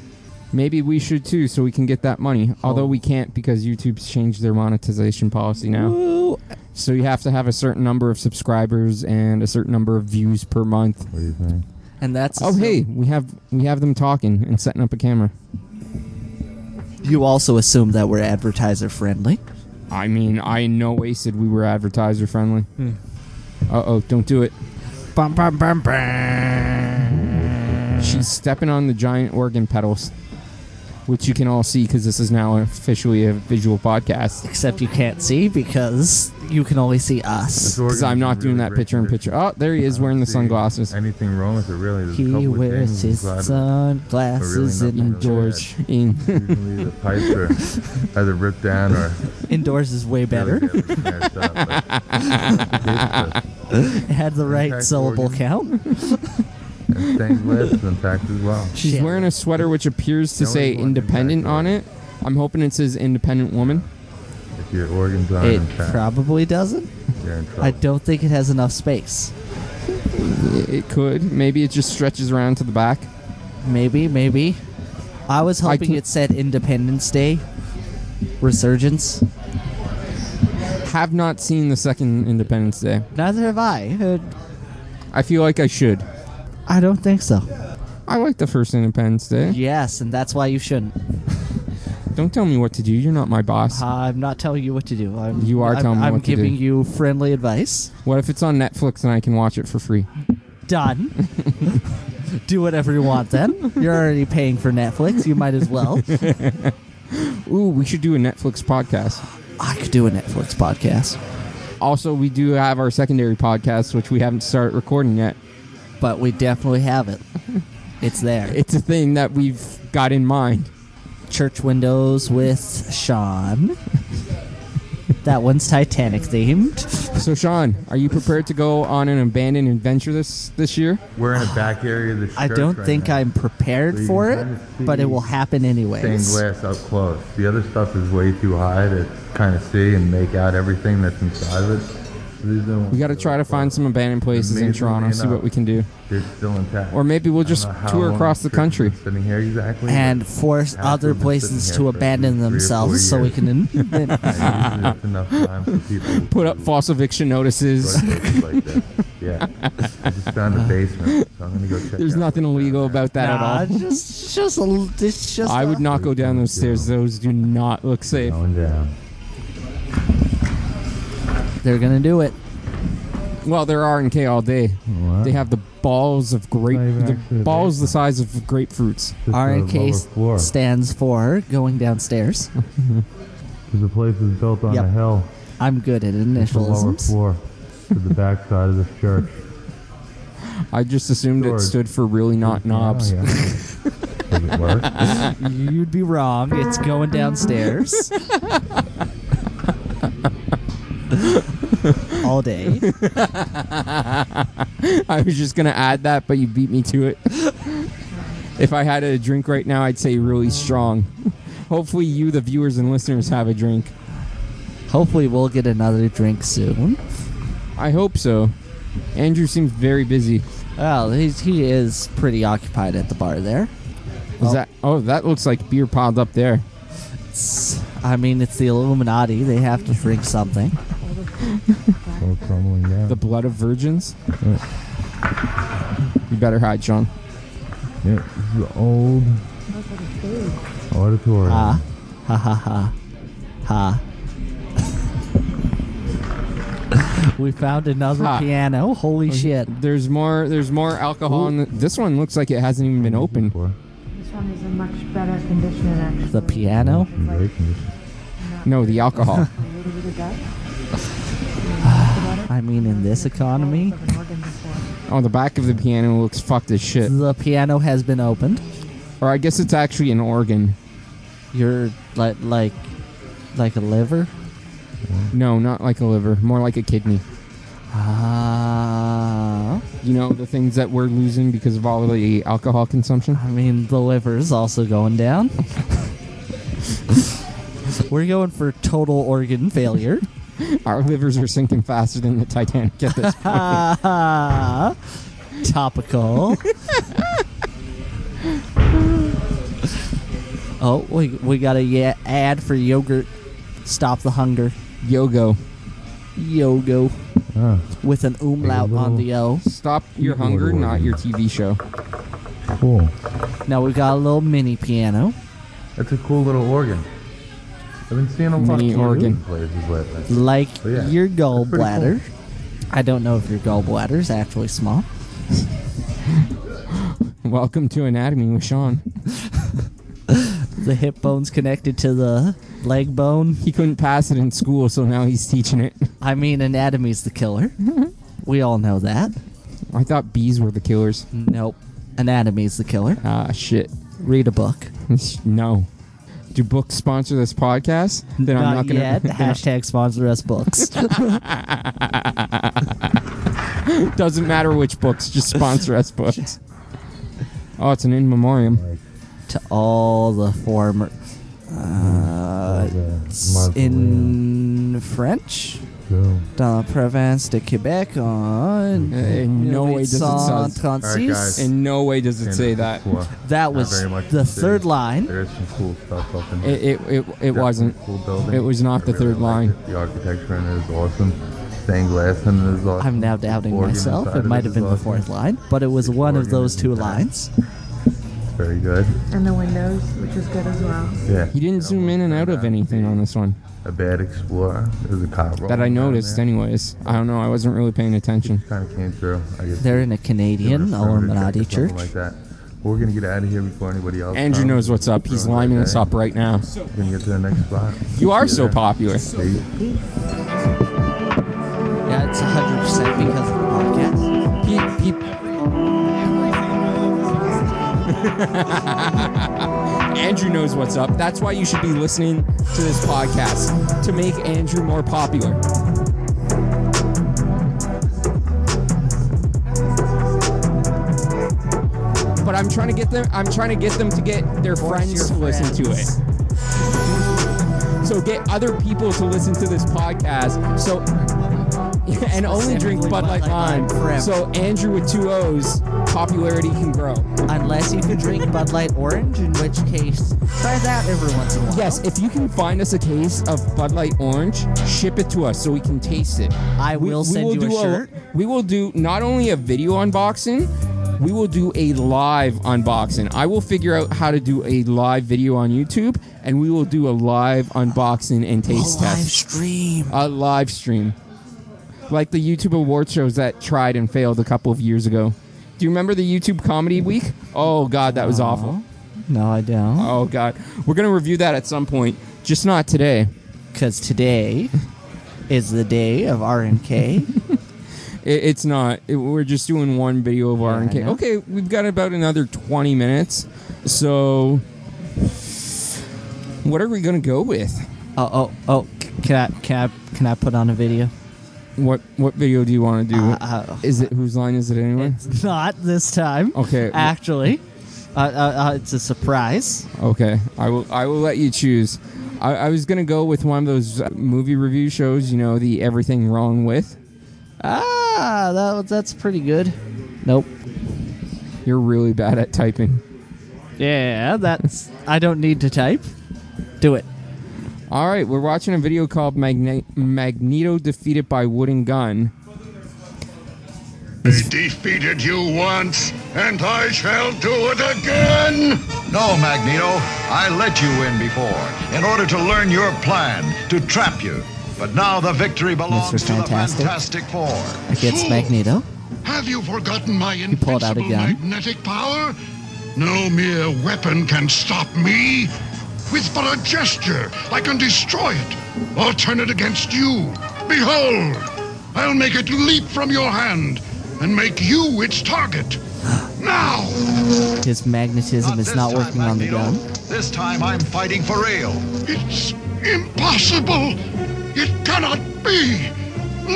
Maybe we should too, so we can get that money. Although we can't because YouTube's changed their monetization policy now. Ooh, So you have to have a certain number of subscribers and a certain number of views per month. What do you think? And that's Oh, hey, we have we have them talking and setting up a camera. You also assume that we're advertiser friendly. I mean, I in no way said we were advertiser friendly. Uh oh, don't do it. Bum, bum, bum, bum. She's stepping on the giant organ pedals, which you can all see because this is now officially a visual podcast. Except you can't see because you can only see This us. organ's Because I'm not in doing really that great picture in condition. picture. Oh, there he is wearing the See sunglasses. Anything wrong with it, really? There's a He couple of wears things his uh, inside sunglasses But really and nothing really indoors. bad. In- of it. Usually the pipes are either ripped down or [LAUGHS] Indoors is way better. really badly smashed up, [LAUGHS] but it's the Had the right Impact syllable organ. count. and stained glass and tax as well. [LAUGHS] She's wearing a sweater which appears to say independent on it. I'm hoping it says independent woman. If your organs are It intact, Probably doesn't. you're in I trouble. don't think it has enough space. It could. Maybe it just stretches around to the back. Maybe, maybe. I was I hoping can- it said Independence Day, Resurgence. Have not seen the second Independence Day. Neither have I. Uh, I feel like I should. I don't think so. I like the first Independence Day. Yes, and that's why you shouldn't. Don't tell me what to do. You're not my boss. I'm not telling you what to do. I'm, You are I'm- telling me I'm what to do. giving you friendly advice. What if it's on Netflix and I can watch it for free? [LAUGHS] Done. do whatever you want then. You're already paying for Netflix. You might as [LAUGHS] well. [LAUGHS] Ooh, we should do a Netflix podcast. I could do a Netflix podcast, Also, we do have our secondary podcast, which we haven't started recording yet. but we definitely [LAUGHS] have it. It's there. It's a thing that we've got in mind. Church Windows with Sean. that one's Titanic themed. So, Sean, are you prepared to go on an abandoned adventure this this year? We're in a back area of the church. I don't right think now. I'm prepared So you for it, can kinda but it see will happen stained anyways. glass up close. The other stuff is way too high to kind of see and make out everything that's inside of it. These are- We got to try to find some abandoned places in Amazingly Toronto, see what enough, we can do. They're still intact. Or maybe we'll I don't just know how tour long across the church country. has been Sitting here exactly. And force After other we've been places sitting to here for abandon three or four themselves so [LAUGHS] we years. [LAUGHS] can. but usually that's enough time for [LAUGHS] people to Put up false eviction notices. run places like that. [LAUGHS] Yeah, I just found a basement, so I'm gonna go check. Uh-huh. There's out nothing what's down illegal there. about that Nah, at all. Uh, just, just, a, l- it's just. I a- would not go down those stairs. Those do not look safe. Going down. They're gonna do it. Well, there are in K all day. They have the balls of grape, Not even the actually a balls the size of grapefruits. Just [LAUGHS] R the lower floor. RNK stands for going downstairs. 'Cause the place is built on Yep. a hill. I'm good at It's the lower initialisms. floor to the backside of the church. I just assumed it Swords. stood for really not knobs. [LAUGHS] Oh, yeah. Does it work? [LAUGHS] You'd be wrong. It's [LAUGHS] going downstairs. [LAUGHS] All day. [LAUGHS] I was just gonna add that, but you beat me to it. if I had a drink right now, I'd say really strong. [LAUGHS] Hopefully, you, the viewers and listeners, have a drink. Hopefully, we'll get another drink soon. I hope so. Andrew seems very busy. Well, he's, he is pretty occupied at the bar there. Is that? Oh, that looks like beer piled up there. It's, I mean, it's the Illuminati. They have to drink something. All crumbling down. The blood of virgins. You better hide, Sean. yeah, this is the old auditorium. Ah. Ha ha ha. Ha. we found another Ha. Oh, piano. Holy shit. There's more. There's more alcohol. In the, this one looks like it hasn't even been opened. Before. This one is in much better condition, actually. The piano? Some great conditions. No, the alcohol. A little bit of that. I mean, in this economy, Of an organ before. oh, the back of the piano looks fucked as shit. the piano has been opened. Or I guess it's actually an organ. You're like like like a liver. No, not like a liver. More like a kidney. Ah, You know the things that we're losing because of all the alcohol consumption. I mean, the liver is also [LAUGHS] going down. We're going for total organ failure. [LAUGHS] Our livers are sinking faster than the Titanic at this point. Ah, [LAUGHS] [LAUGHS] topical. oh, we we got a yeah, ad for yogurt. Stop the hunger. Yogo, Yogo Ah, with an umlaut on the O. stop your Keyboard hunger, not organ. your TV show. cool. Now we've got a little mini piano. That's a cool little organ. I've been seeing a lot Mini of cool organ. places lately. like Oh, yeah. your That's pretty gallbladder. I don't know if your gallbladder is actually small. [LAUGHS] Welcome to Anatomy with Sean. [LAUGHS] The hip bone's connected to the leg bone. He couldn't pass it in school, so now he's teaching it. I mean, anatomy's [LAUGHS] the killer. we all know that. I thought bees were the killers. Nope. Anatomy's the killer. Ah, shit. Read a book. No. Do books sponsor this podcast? [LAUGHS] Then I'm not gonna. yet. Hashtag sponsor [LAUGHS] us books. Doesn't matter which books, just sponsor us books. Oh, it's an in memoriam. to all the former. Uh, it's in French? Dans la province de Québec on. Uh, In no way does it sound. 1836. In no way does it And say that. That was the third line. There is some cool stuff up in It it it, it wasn't. building. It was not the third line. The architecture in it is awesome. Stained glass in it is awesome. I'm now doubting Organ myself. inside of It might is have been the awesome. fourth line, but it was one of those two lines. Very good. [LAUGHS] And the windows, which is good as well. Yeah. He didn't zoom in and out of anything on this one A bad explorer. There's a cop that I noticed, anyways. I don't know. I wasn't really paying attention. Kind of came through. I guess They're in a Canadian Illuminati Something church. Like that. We're gonna get out of here before anybody else. Andrew comes. knows what's up. He's liming us up right now. We're gonna get to the next spot. You are so popular. Yeah, it's 100% because of the podcast. [LAUGHS] Andrew knows what's up. That's why you should be listening to this podcast to make Andrew more popular. But I'm trying to get them. I'm trying to get them to get their friends to listen to it. So get other people to listen to this podcast. So [LAUGHS] and only drink Bud Light Lime. So Andrew with two O's, popularity can grow. Unless you can drink Bud Light Orange, in which case, try that every once in a while. Yes, if you can find us a case of Bud Light Orange, ship it to us so we can taste it. I We- will we send you a do shirt. we will do not only a video unboxing, we will do a live unboxing. I will figure out how to do a live video on YouTube, and we will do a live unboxing and taste live test. stream. A live stream. Like the YouTube award shows that tried and failed a couple of years ago. Do you remember the YouTube Comedy Week? Oh, God, that was Uh-huh. awful. No, I don't. Oh god, we're gonna review that at some point, just not today. Because today is the day of RNK. [LAUGHS] It, it's not. It- we're just doing one video of R and K. know. Okay, we've got about another twenty minutes, so what are we gonna go with? Oh, oh, oh! c- Can I, can I, can I put on a video? Uh, What what video do you want to do? is it whose line is it anyway? Not this time. Okay. Actually, uh, uh, uh, it's a surprise. Okay, I will. I will let you choose. I, I was gonna go with one of those uh, movie review shows. You know, the everything wrong with. Ah, that was- that's pretty good. Nope. You're really bad at typing. Yeah, that's. I don't need to type. Do it. All right, we're watching a video called Magne- Magneto defeated by wooden gun. I defeated you once, and I shall do it again! No, Magneto, I let you win before in order to learn your plan to trap you. But now the victory belongs to the Fantastic Four. Against Magneto. Have you forgotten my He pulled out a invincible gun. magnetic power? No mere weapon can stop me. With but a gesture, I can destroy it or turn it against you. Behold, I'll make it leap from your hand and make you its [GASPS] target. Now! His magnetism is not working on the gun. This time I'm fighting for real. It's impossible! It cannot be!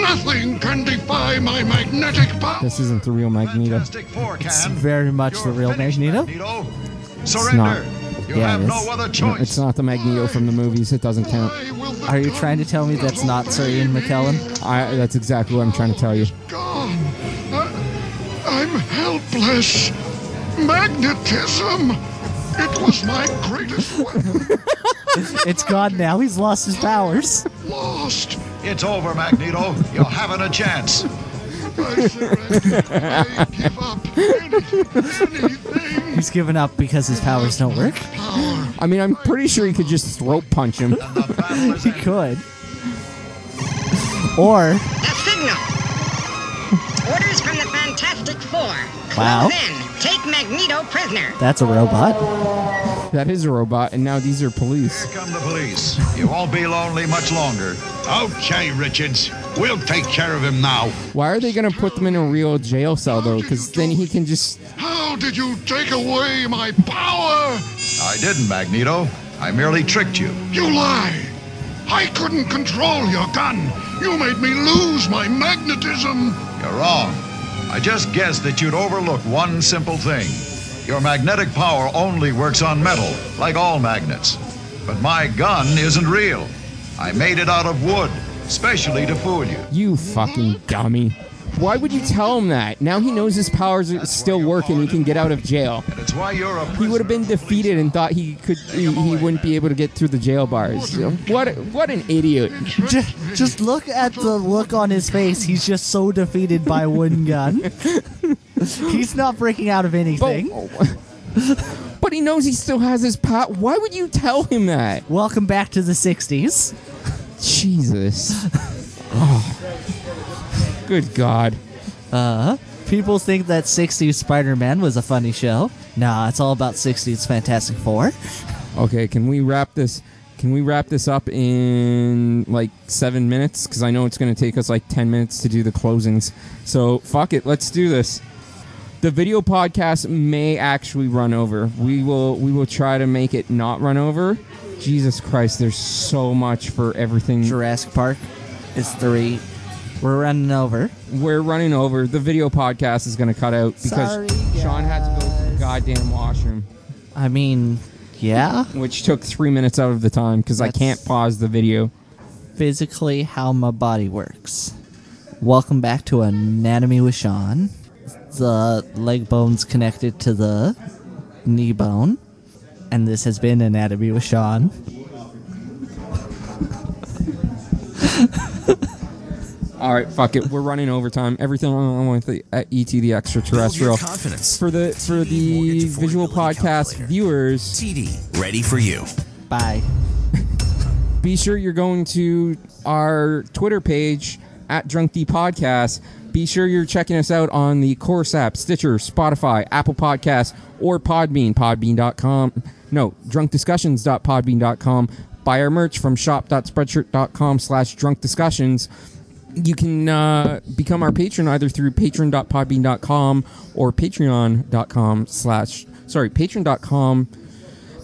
Nothing can defy my magnetic power! This isn't the real Magneto. It's very much the real Magneto. It's not. You Yeah, have it is. no other choice. It's not the Magneto from the movies. It doesn't count. Are you trying to tell me that's not Sir Ian McKellen? I, that's exactly what I'm trying to tell you. Gone! I, I'm helpless! Magnetism! It was my greatest weapon! It's gone now. He's lost his powers. Lost! It's over, Magneto. You haven't a chance. I surrender! I give up! [LAUGHS] He's given up because his powers don't work. I mean, I'm pretty sure you could just throat punch him. [LAUGHS] he could. Or A [LAUGHS] signal. Orders from the Fantastic Four. Wow. Close in. Take Magneto prisoner. that's a robot. That is a robot, and now these are police. Come the police. You won't be lonely much longer. Okay, Richards. We'll take care of him now. Why are they gonna put them in a real jail cell though? Because then he can just. How did you take away my power? I didn't, Magneto. I merely tricked you. You lie! I couldn't control your gun! You made me lose my magnetism! You're wrong. I just guessed that you'd overlook one simple thing. Your magnetic power only works on metal, like all magnets. But my gun isn't real. I made it out of wood, specially to fool you. You fucking dummy. Why would you tell him that? Now he knows his powers are still work and he can get out of jail. That's why you're a He would have been defeated and thought he could he, he wouldn't be able to get through the jail bars. What what an idiot. Just, just look at the look on his face. He's just so defeated by [LAUGHS] one gun. He's not breaking out of anything. Oh. But he knows he still has his pot. Why would you tell him that? Welcome back to the 60s. Jesus. Oh. Good God. Uh, people think that 60s Spider Man was a funny show. Nah, it's all about 60s Fantastic Four. Okay, can we wrap this? Can we wrap this up in like seven minutes? Because I know it's going to take us like ten minutes to do the closings. So fuck it, let's do this. The video podcast may actually run over. We will. We will try to make it not run over. Jesus Christ, there's so much for everything. Jurassic Park is three. We're running over. We're running over. The video podcast is going to cut out because Sorry, Sean had to go to the goddamn washroom. I mean, yeah. Which took three minutes out of the time because I That's- can't pause the video. Physically, how my body works. Welcome back to Anatomy with Sean. The leg bone's connected to the knee bone. And this has been Anatomy with Sean. All right, fuck it. We're running overtime. Everything on with the at ET the extraterrestrial. For the for the visual podcast viewers, TD Ready for you. Bye. be sure you're going to our Twitter page at Drunk D Podcast. Be sure you're checking us out on the Chorus app, Stitcher, Spotify, Apple Podcasts, or Podbean, podbean.com. No, drunkdiscussions.podbean.com. Buy our merch from shop.spreadshirt.com slash drunkdiscussions. You can uh, become our patron either through patron.podbean.com or patreon.com slash, sorry, patreon.com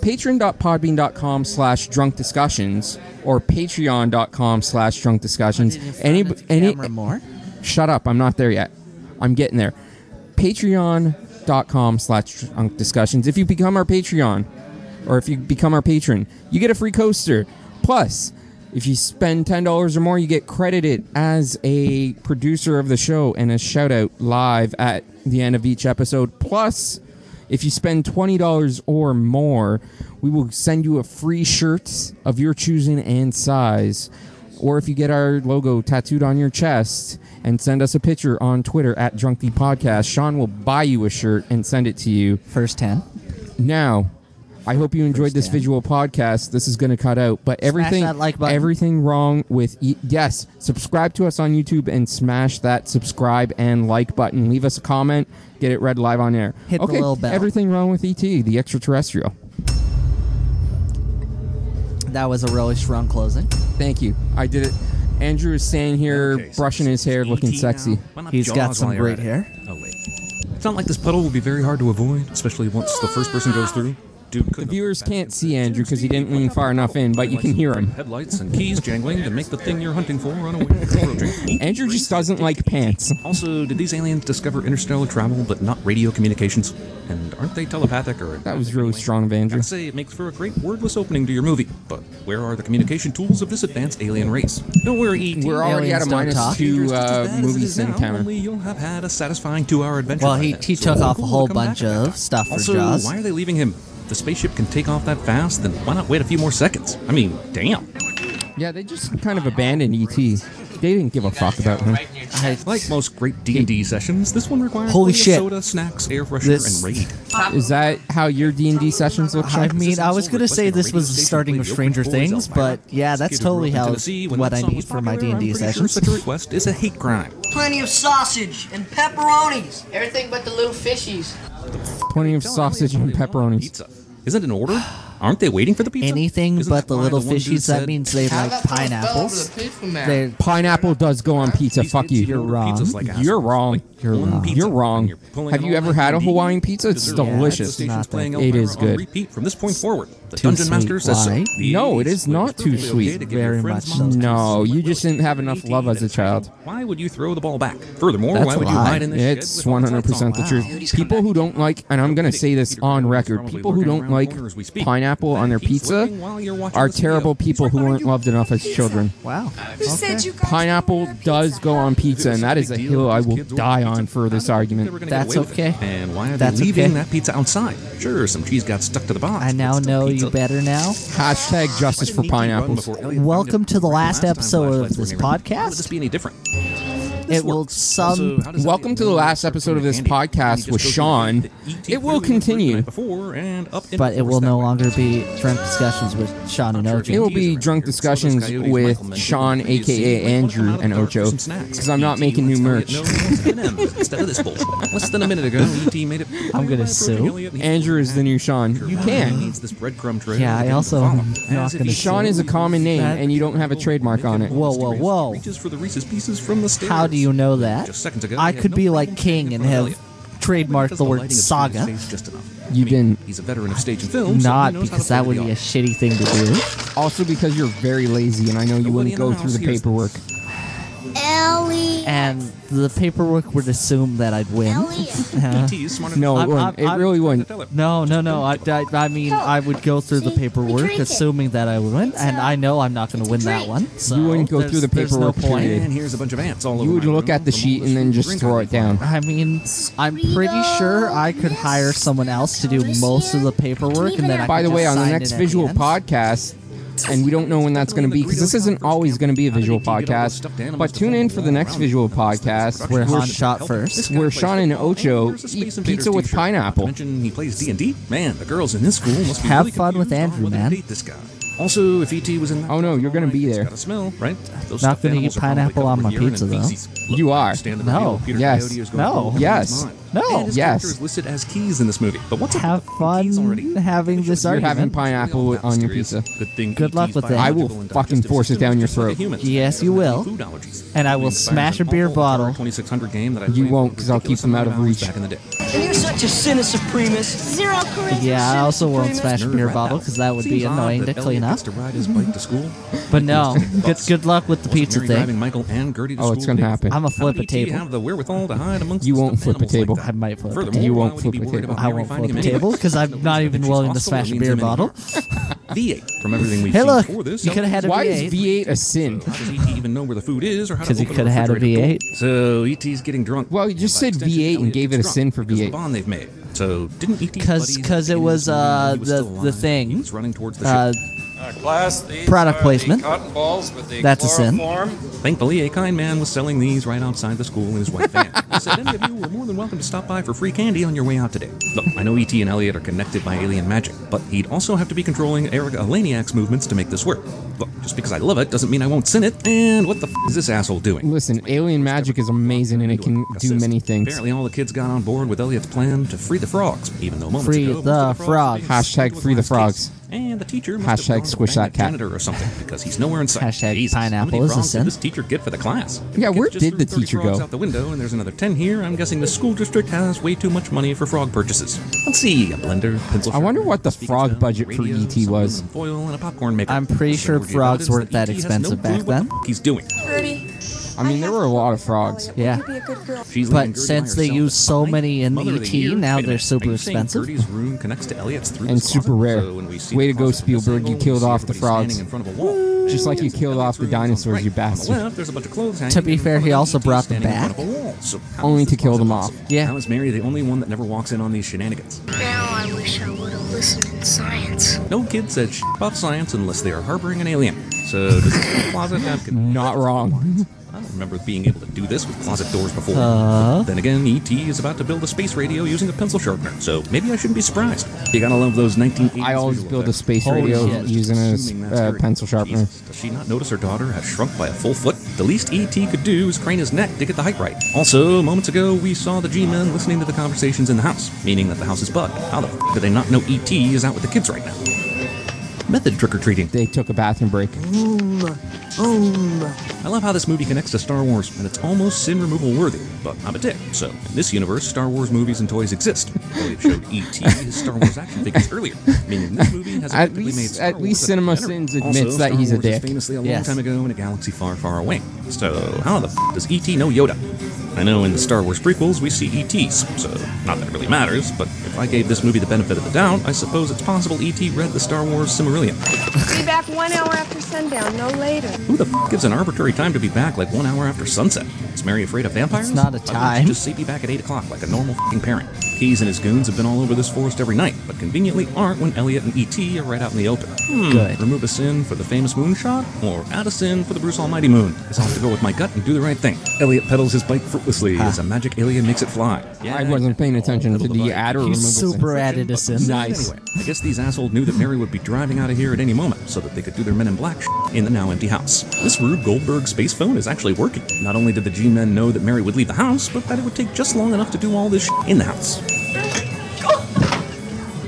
patron.podbean.com slash drunk discussions or patreon.com slash drunk discussions any any more shut up i'm not there yet i'm getting there patreon.com slash drunk discussions if you become our patreon or if you become our patron you get a free coaster plus if you spend $10 or more you get credited as a producer of the show and a shout out live at the end of each episode plus if you spend twenty dollars or more, we will send you a free shirt of your choosing and size. Or if you get our logo tattooed on your chest and send us a picture on Twitter at Drunk the Podcast, Sean will buy you a shirt and send it to you. First ten. Now, I hope you enjoyed this visual podcast. This is going to cut out, but everything that like button. everything wrong with e- yes, subscribe to us on YouTube and smash that subscribe and like button. Leave us a comment. Get it read live on air. Hit the okay, little bell. Everything wrong with ET, the extraterrestrial. That was a really strong Oh, closing. Thank you. I did it. Andrew is staying here brushing his E hair, looking sexy. He's got some great hair. Oh wait, it's not like this puddle will be very hard to avoid, especially once the first person goes through. Dude, The viewers can't see Andrew because he didn't lean far enough in, but you can hear him. Headlights and keys jangling to make the thing you're hunting for run away. from approaching. Andrew just doesn't like pants. Also, did these aliens discover interstellar travel but not radio communications? And aren't they telepathic or? That was really strong of Andrew. I'd say it makes for a great wordless opening to your movie, but where are the communication tools of this advanced alien race? Nowhere, ET. We're already at a minus two uh, movie movies sin counter. Only you'll have had a satisfying two-hour adventure. Well, by he, then, he so took we're off a cool to whole come back bunch of stuff for also, Jaws. why are they leaving him? If the spaceship can take off that fast, then why not wait a few more seconds? I mean, damn. Yeah, they just kind of abandoned E ET. They didn't give a fuck about him. I like most great D and D sessions. This one requires Holy plenty of shit. soda, snacks, air freshener, This- and raid. Is that how your D and D sessions look? I like? mean, I was gonna say this was the starting of Stranger Things, but yeah, that's totally how what I need for my D and D Sure, sessions. such [LAUGHS] a request is a hate crime. Plenty of sausage and pepperonis. Everything but the little fishies. plenty of sausage and pepperonis. Isn't it an order? Aren't they waiting for the pizza? Anything Isn't but that the why little one dude fishies. That said- means they How like about those pineapples. fellas that pay for that? They're- Pineapple does go on pizza. Fuck you. You're wrong. pizza's like You're wrong. You're one wrong. pizza You're wrong. pulling Have it you all ever like had a one Hawaiian deep pizza? It's dessert. Yeah, it's delicious. not Stations that playing good. It Elvira is on good. repeat from this point forward. The Too Dungeon Master sweet. says so. Why? The No, it eighties is not too sweet. Very much. No, you just didn't have enough love as a child. Why would you throw the ball back? Furthermore, That's why a would you lie. hide in this shed It's with all one the lights hundred percent the on? Wow. truth. People who don't like, and I'm going to say this on record, people who don't like pineapple on their pizza are terrible people who weren't loved enough as children. Wow. Who said you guys? Pineapple does go on pizza, and that is a hill I will die on for this argument. That's okay. And why are That's they leaving okay. that pizza outside? Sure, some cheese got stuck to the box. I now know you better now. Hashtag justice for pineapples. Welcome to the last episode of this How would podcast. this be any different? It will some. Welcome to the last episode of this podcast with E Sean. It will continue. Before and up in But it will no longer be drunk discussions with Sean and OJ. It will be drunk discussions with Sean, aka Andrew, and Ocho, because I'm not making new merch. instead of this bullshit. Less than a [LAUGHS] minute ago, ET made it. I'm gonna sue. Andrew is the new Sean. You can. Needs this breadcrumb trail. Yeah, I also am not As if gonna he- Sean is a common name, That- and you don't have a trademark on it. Whoa, whoa, whoa! Reaches for the Reese's Pieces from the stairs. How do you know that? Just seconds ago, I he had could no be like King and have trademarked Just the lighting word obscured his saga. face Just enough. You didn't. He's a veteran of stage and film. so he Not knows how to because play that to would the be a shitty thing to do. Also, because you're very lazy, and I know you wouldn't in go the through house the hears paperwork. Ellie. and the paperwork would assume that I'd win. [LAUGHS] Uh, ET is smart No, it I'm- wouldn't. I'm- It I'm- really wouldn't. No, no, no. I, I, I mean, I would go through the paperwork drink it. uh, assuming that I would win, and I know I'm not going to win that one. So You wouldn't go there's- through the there's paperwork. No point. period. You would look at the sheet and then just throw it down. I mean, I'm pretty sure I could hire someone else to do most of the paperwork, and then I By could the just way, on the sign next it at visual end. podcast, and we don't know when that's going to be because this isn't always going to be a visual podcast. But tune in for the next visual podcast Where Han Sh- shot first. where Sean and Ocho eat pizza with pineapple. Mention he plays D and D. Man, the girls in his school must be Have really fun with Andrew, man. date this guy. Also, if ET was in that, Oh no, you're going to be there. got a smell, right? Those Not stuffed gonna eat animals are probably pineapple covered on with my urine and pizza, though. feces. Look, You are. stand in the No. middle, Peter Yes. Coyote is going No. to blow his Yes. mind. No. And his Yes. character is listed as keys in this movie, but what's up? Have fun having this You're argument. having pineapple on your pizza. Good thing. E Good luck with that. I will fucking force it down your throat. Yes, you will. And I will smash a beer bottle. 2600 game that I You won't, because I'll keep them out of reach. back in the day. And you're such a sinister primus. Zero charisma. Yeah, I also won't Nerve smash a beer bottle because that would be Seems odd annoying to that Elliot clean up. gets to ride his bike to school. But no, good, good luck with the pizza Mary driving thing. Michael and Gertie to Oh, school it's gonna days. happen. I'ma How flip did a ET table. have the wherewithal to hide amongst You the won't stuffed flip a animals like table. that? I might flip a Furthermore, table. You why won't would he flip be a worried table. about I Mary won't finding flip a him anyway? Table because I'm not even willing to smash a [LAUGHS] beer bottle. The eight from everything we've Hey, seen look, before this. you coulda had a Why V8. is V8 a sin? How does ET even know where the food is or how to 'Cause he open coulda had a refrigerator V8. door? So ET's getting drunk. Well, you just said V8 and gave it a sin for because V8. of the bond they've made. So didn't ET Because because it was uh the the thing. running towards the Uh, class, these Product are placement. The cotton balls with the That's a sin. chloroform. Thankfully, a kind man was selling these right outside the school in his white [LAUGHS] van. He said, Any of you were more than welcome to stop by for free candy on your way out today. Look, I know E.T. and Elliot are connected by alien magic, but he'd also have to be controlling Eric Alaniak's movements to make this work. Look, just because I love it doesn't mean I won't sin it, and what the f is this asshole doing? Listen, alien magic is amazing and it can do many things. Apparently, all the kids got on board with Elliot's plan to free the frogs, even though moments Free ago. the frog. Hashtag free the frogs. And the teacher must have Hashtag squish that cat. janitor or something because he's nowhere in sight. Hashtag Jesus, how many pineapple is a frogs did sin. This teacher get for the class. Yeah, Kids where just did the threw 30 teacher frogs go? Out the window, and there's another ten here. I'm guessing the school district has way too much money for frog purchases. Let's see, a blender, pencil. I wonder what the frog budget for ET was. Foil and a popcorn maker. I'm pretty sure frogs weren't that expensive back then. He's doing. Gertie. I mean, there were a lot of frogs. Yeah. Be a good girl. She's leaving But Gertie since by they herself use so many in E Mother of the ET, year. Wait now a they're minute, are super you saying expensive. Gertie's room connects to Elliot's through And this closet? super rare. So when we see Way to the go, closet from this Spielberg. You angle, we killed see off the everybody standing frogs. in front of a wall. Just like you killed off the dinosaurs, you On the bastard. left, there's a bunch of clothes hanging To be in fair, front he of also ET brought them standing in back. front of a wall. So how Only is to this kill them off. possible? Yeah. How is Mary the only one that never walks in on these shenanigans? Now I wish I would have listened to [LAUGHS] science. No kid said sh- about science unless they are harboring an alien. So [LAUGHS] does this closet have con- Not wrong. I don't remember being able to do this with closet doors before. Uh-huh. Uh. Then again, ET is about to build a space radio using a pencil sharpener, so maybe I shouldn't be surprised. You gotta love those 1980s. I always visual build a effects. space Holy radio shit. using a s- Assuming that's uh, Gertie. pencil sharpener. Does she not notice her daughter has shrunk by a full foot? The least ET could do is crane his neck to get the height right. Also, moments ago, we saw the G-men listening E to the conversations in the house, meaning that the house is bugged. How the f- do they not know ET is out with the kids right now? method trick or treating. They took a bathroom break. I love how this movie connects to Star Wars, and it's almost sin removal worthy, but I'm a dick. So, in this universe, Star Wars movies and toys exist. William showed E.T. his Star Wars action figures earlier, meaning this movie has At effectively least- made Star at Wars least a Cinema better- Sins admits also, that Star he's a Wars is dick. famously a long Yes. time ago in a galaxy far, far away. So, how the f- does E.T. know Yoda? I know in the Star Wars prequels we see E.T.s, so not that it really matters, but if I gave this movie the benefit of the doubt, I suppose it's possible E.T. read the Star Wars Cimmerillion. Be back one hour after sundown, no later. Who the f- gives an arbitrary time to be back like one hour after sunset? Is Mary afraid of vampires? It's not Why a wouldn't time. she Just say be back at 8 o'clock like a normal f***ing parent. Keys and his goons have been all over this forest every night, but conveniently aren't when Elliot and E.T. are right out in the open. Hmm, Good. Remove a sin for the famous moonshot, or add a sin for the Bruce Almighty moon. Guess I'll have to go with my gut and do the right thing. Elliot pedals his bike fruitlessly as a magic alien makes it fly. I wasn't paying attention to the add or remove. But- Nice. Anyway, I guess these assholes knew that Mary would be driving out of here at any moment so that they could do their Men in Black sh- in the now empty house. This Rube Goldberg space phone is actually working. Not only did the G Men know that Mary would leave the house, but that it would take just long enough to do all this sh- in the house.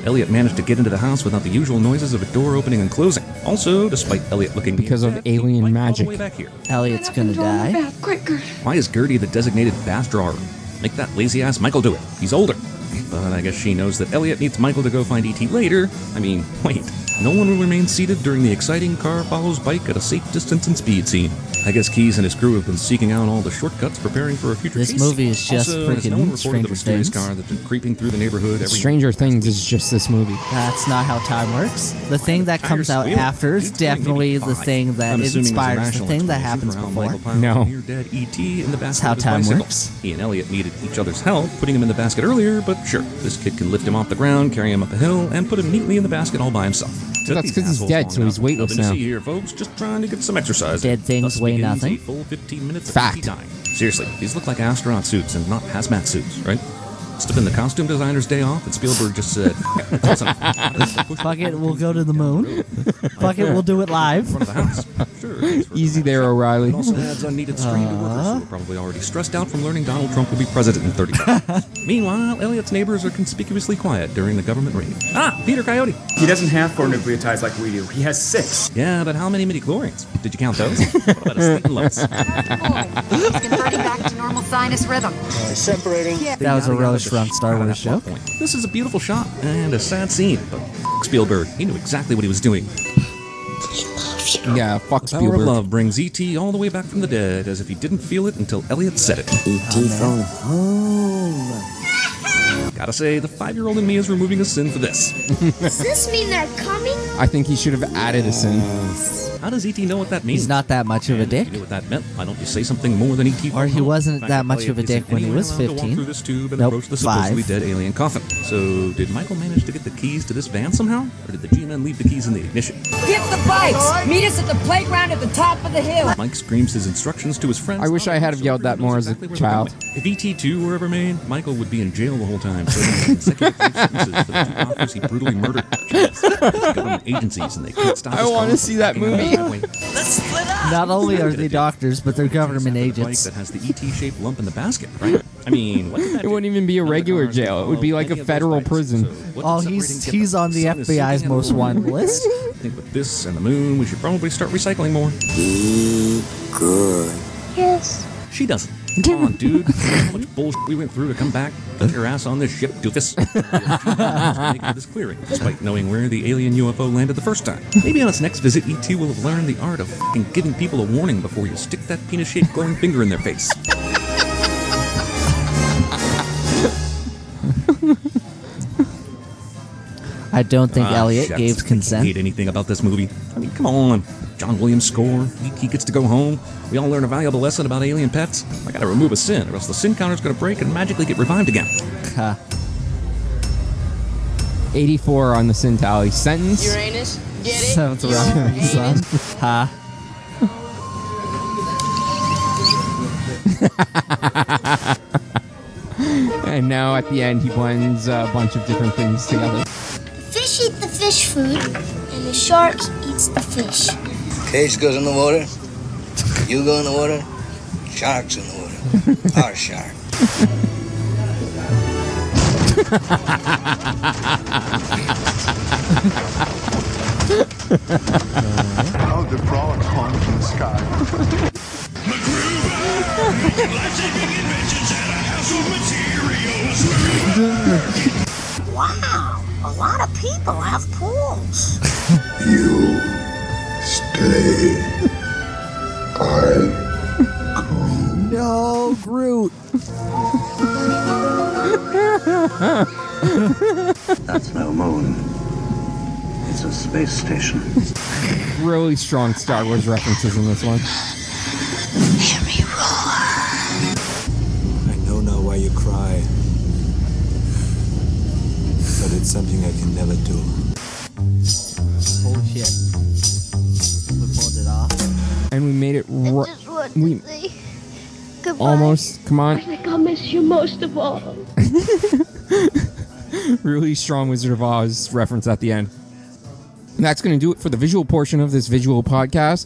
Elliot managed to get into the house without the usual noises of a door opening and closing. Also, despite Elliot looking because of alien magic, Elliot's gonna die. quicker. Why is Gertie the designated bath drawer? Make that lazy ass Michael do it. He's older. But I guess she knows that Elliot needs Michael to go find ET later. I mean, wait. No one will remain seated during the exciting car follows bike at a safe distance and speed scene. I guess Keys and his crew have been seeking out all the shortcuts, preparing for a future This chase. movie is just also, has no one freaking reported Stranger the mysterious Things. car that's been creeping through the neighborhood every Stranger Things is just this movie. That's not how time works. The thing that comes out after is definitely the thing that I'm assuming it's inspires the irrational thing that explanation happens for how before. Michael Pyle No. near dead ET in the basket how of his time bicycle. works. He and Elliot needed each other's help, putting him in the basket earlier, but sure, this kid can lift him off the ground, carry him up a hill, and put him neatly in the basket all by himself. Took That's these 'cause he's assholes dead, long so he's enough. weightless Nothing to now. see here, folks. Just trying to get some exercise. Dead things Thus weigh begins nothing. a full 15 minutes Fact. dying. Seriously, these look like astronaut suits and not hazmat suits, right? Must have been the costume designer's day off, and Spielberg just said, [LAUGHS] "That's [LAUGHS] enough." Fuck it, we'll go to the moon. [LAUGHS] Fuck it, we'll do it live. [LAUGHS] Easy there, O'Reilly. Uh-huh. It also adds unneeded strain to workers who are probably already stressed out from learning Donald Trump will be president in 30 [LAUGHS] years. Meanwhile, Elliot's neighbors are conspicuously quiet during the government raid. Ah, Peter Coyote. He doesn't have four nucleotides like we do. He has six. Yeah, but how many midichlorians? Did you count those? [LAUGHS] what about a sleep and lux? Converting back to normal sinus rhythm. Separating. [LAUGHS] That was a Roche from Star Wars joke. This is a beautiful shot and a sad scene, but f- Spielberg, he knew exactly what he was doing. Yeah, fuck The power of Spielberg. love brings E.T. all the way back from the dead as if he didn't feel it until Elliot said it. E E.T. phone Oh. Gotta say, the five year old in me is removing a sin for [LAUGHS] this. Does this mean they're coming? I think he should have added a sin. How does E.T. know what that means? He's not that much of a dick. You knew what that meant. Why don't you say something more than E E.T. Or he wasn't that much of a dick when he was 15. through this tube and Nope, approach the five. supposedly dead alien coffin. So, did Michael manage to get the keys to this van somehow? Or did the G Men leave the keys in the ignition? Get the bikes! Meet us at the playground at the top of the hill! Mike screams his instructions to his friends. I wish I had have yelled that more as a child. If ET2 were ever made, Michael would be in jail the whole time, serving consecutive life sentences for the two doctors he brutally [LAUGHS] murdered. Jeez. Government agencies and they can't stop. I his wanna car see from that backing out of movie. the driveway. [LAUGHS] Not [LAUGHS] only are they doctors, but they're government The bike agents. that has the ET-shaped lump in the basket, right? I mean, what did that It wouldn't even be a regular jail. It would be like a federal prison. Oh, he's he's on the Sun is sinking FBI's and most the moon- wanted [LAUGHS] list. I think with this and the moon, we should probably start recycling more. Good. Yes. She doesn't. Come on, dude. How much bullshit we went through to come back? Get your ass on this ship, doofus. Make this clearing, despite knowing where the alien UFO landed the first time. Maybe on its next visit, ET will have learned the art of fing giving people a warning before you stick that penis-shaped glowing finger in their face. I don't think Ah, Elliot shucks. gave consent. Hate anything about this movie? I mean, come on. John Williams score. He, he gets to go home. We all learn a valuable lesson about alien pets. I gotta remove a sin, or else the sin counter's gonna break and magically get revived again. Huh. 84 on the sin tally. Sentence? Uranus, get it? Sounds around Uranus. son. Ha. [LAUGHS] and now at the end, he blends a bunch of different things together. The [LAUGHS] fish eat the fish food, and the shark eats the fish. Cage goes in the water. You go in the water. Sharks in the water. Our [LAUGHS] shark. Oh, the frolic hung from the sky. [LAUGHS] Wow, a lot of people have pools. [LAUGHS] You stay. I. No, Groot. That's no moon. It's a space station. [LAUGHS] Really strong Star Wars references in this one. I know now why you cry. But it's something I can never do. Bullshit. We pulled it off. And we made it. Ru- we Goodbye. almost. Come I on. think I'll miss you most of all. [LAUGHS] really strong Wizard of Oz reference at the end. And that's going to do it for the visual portion of this visual podcast.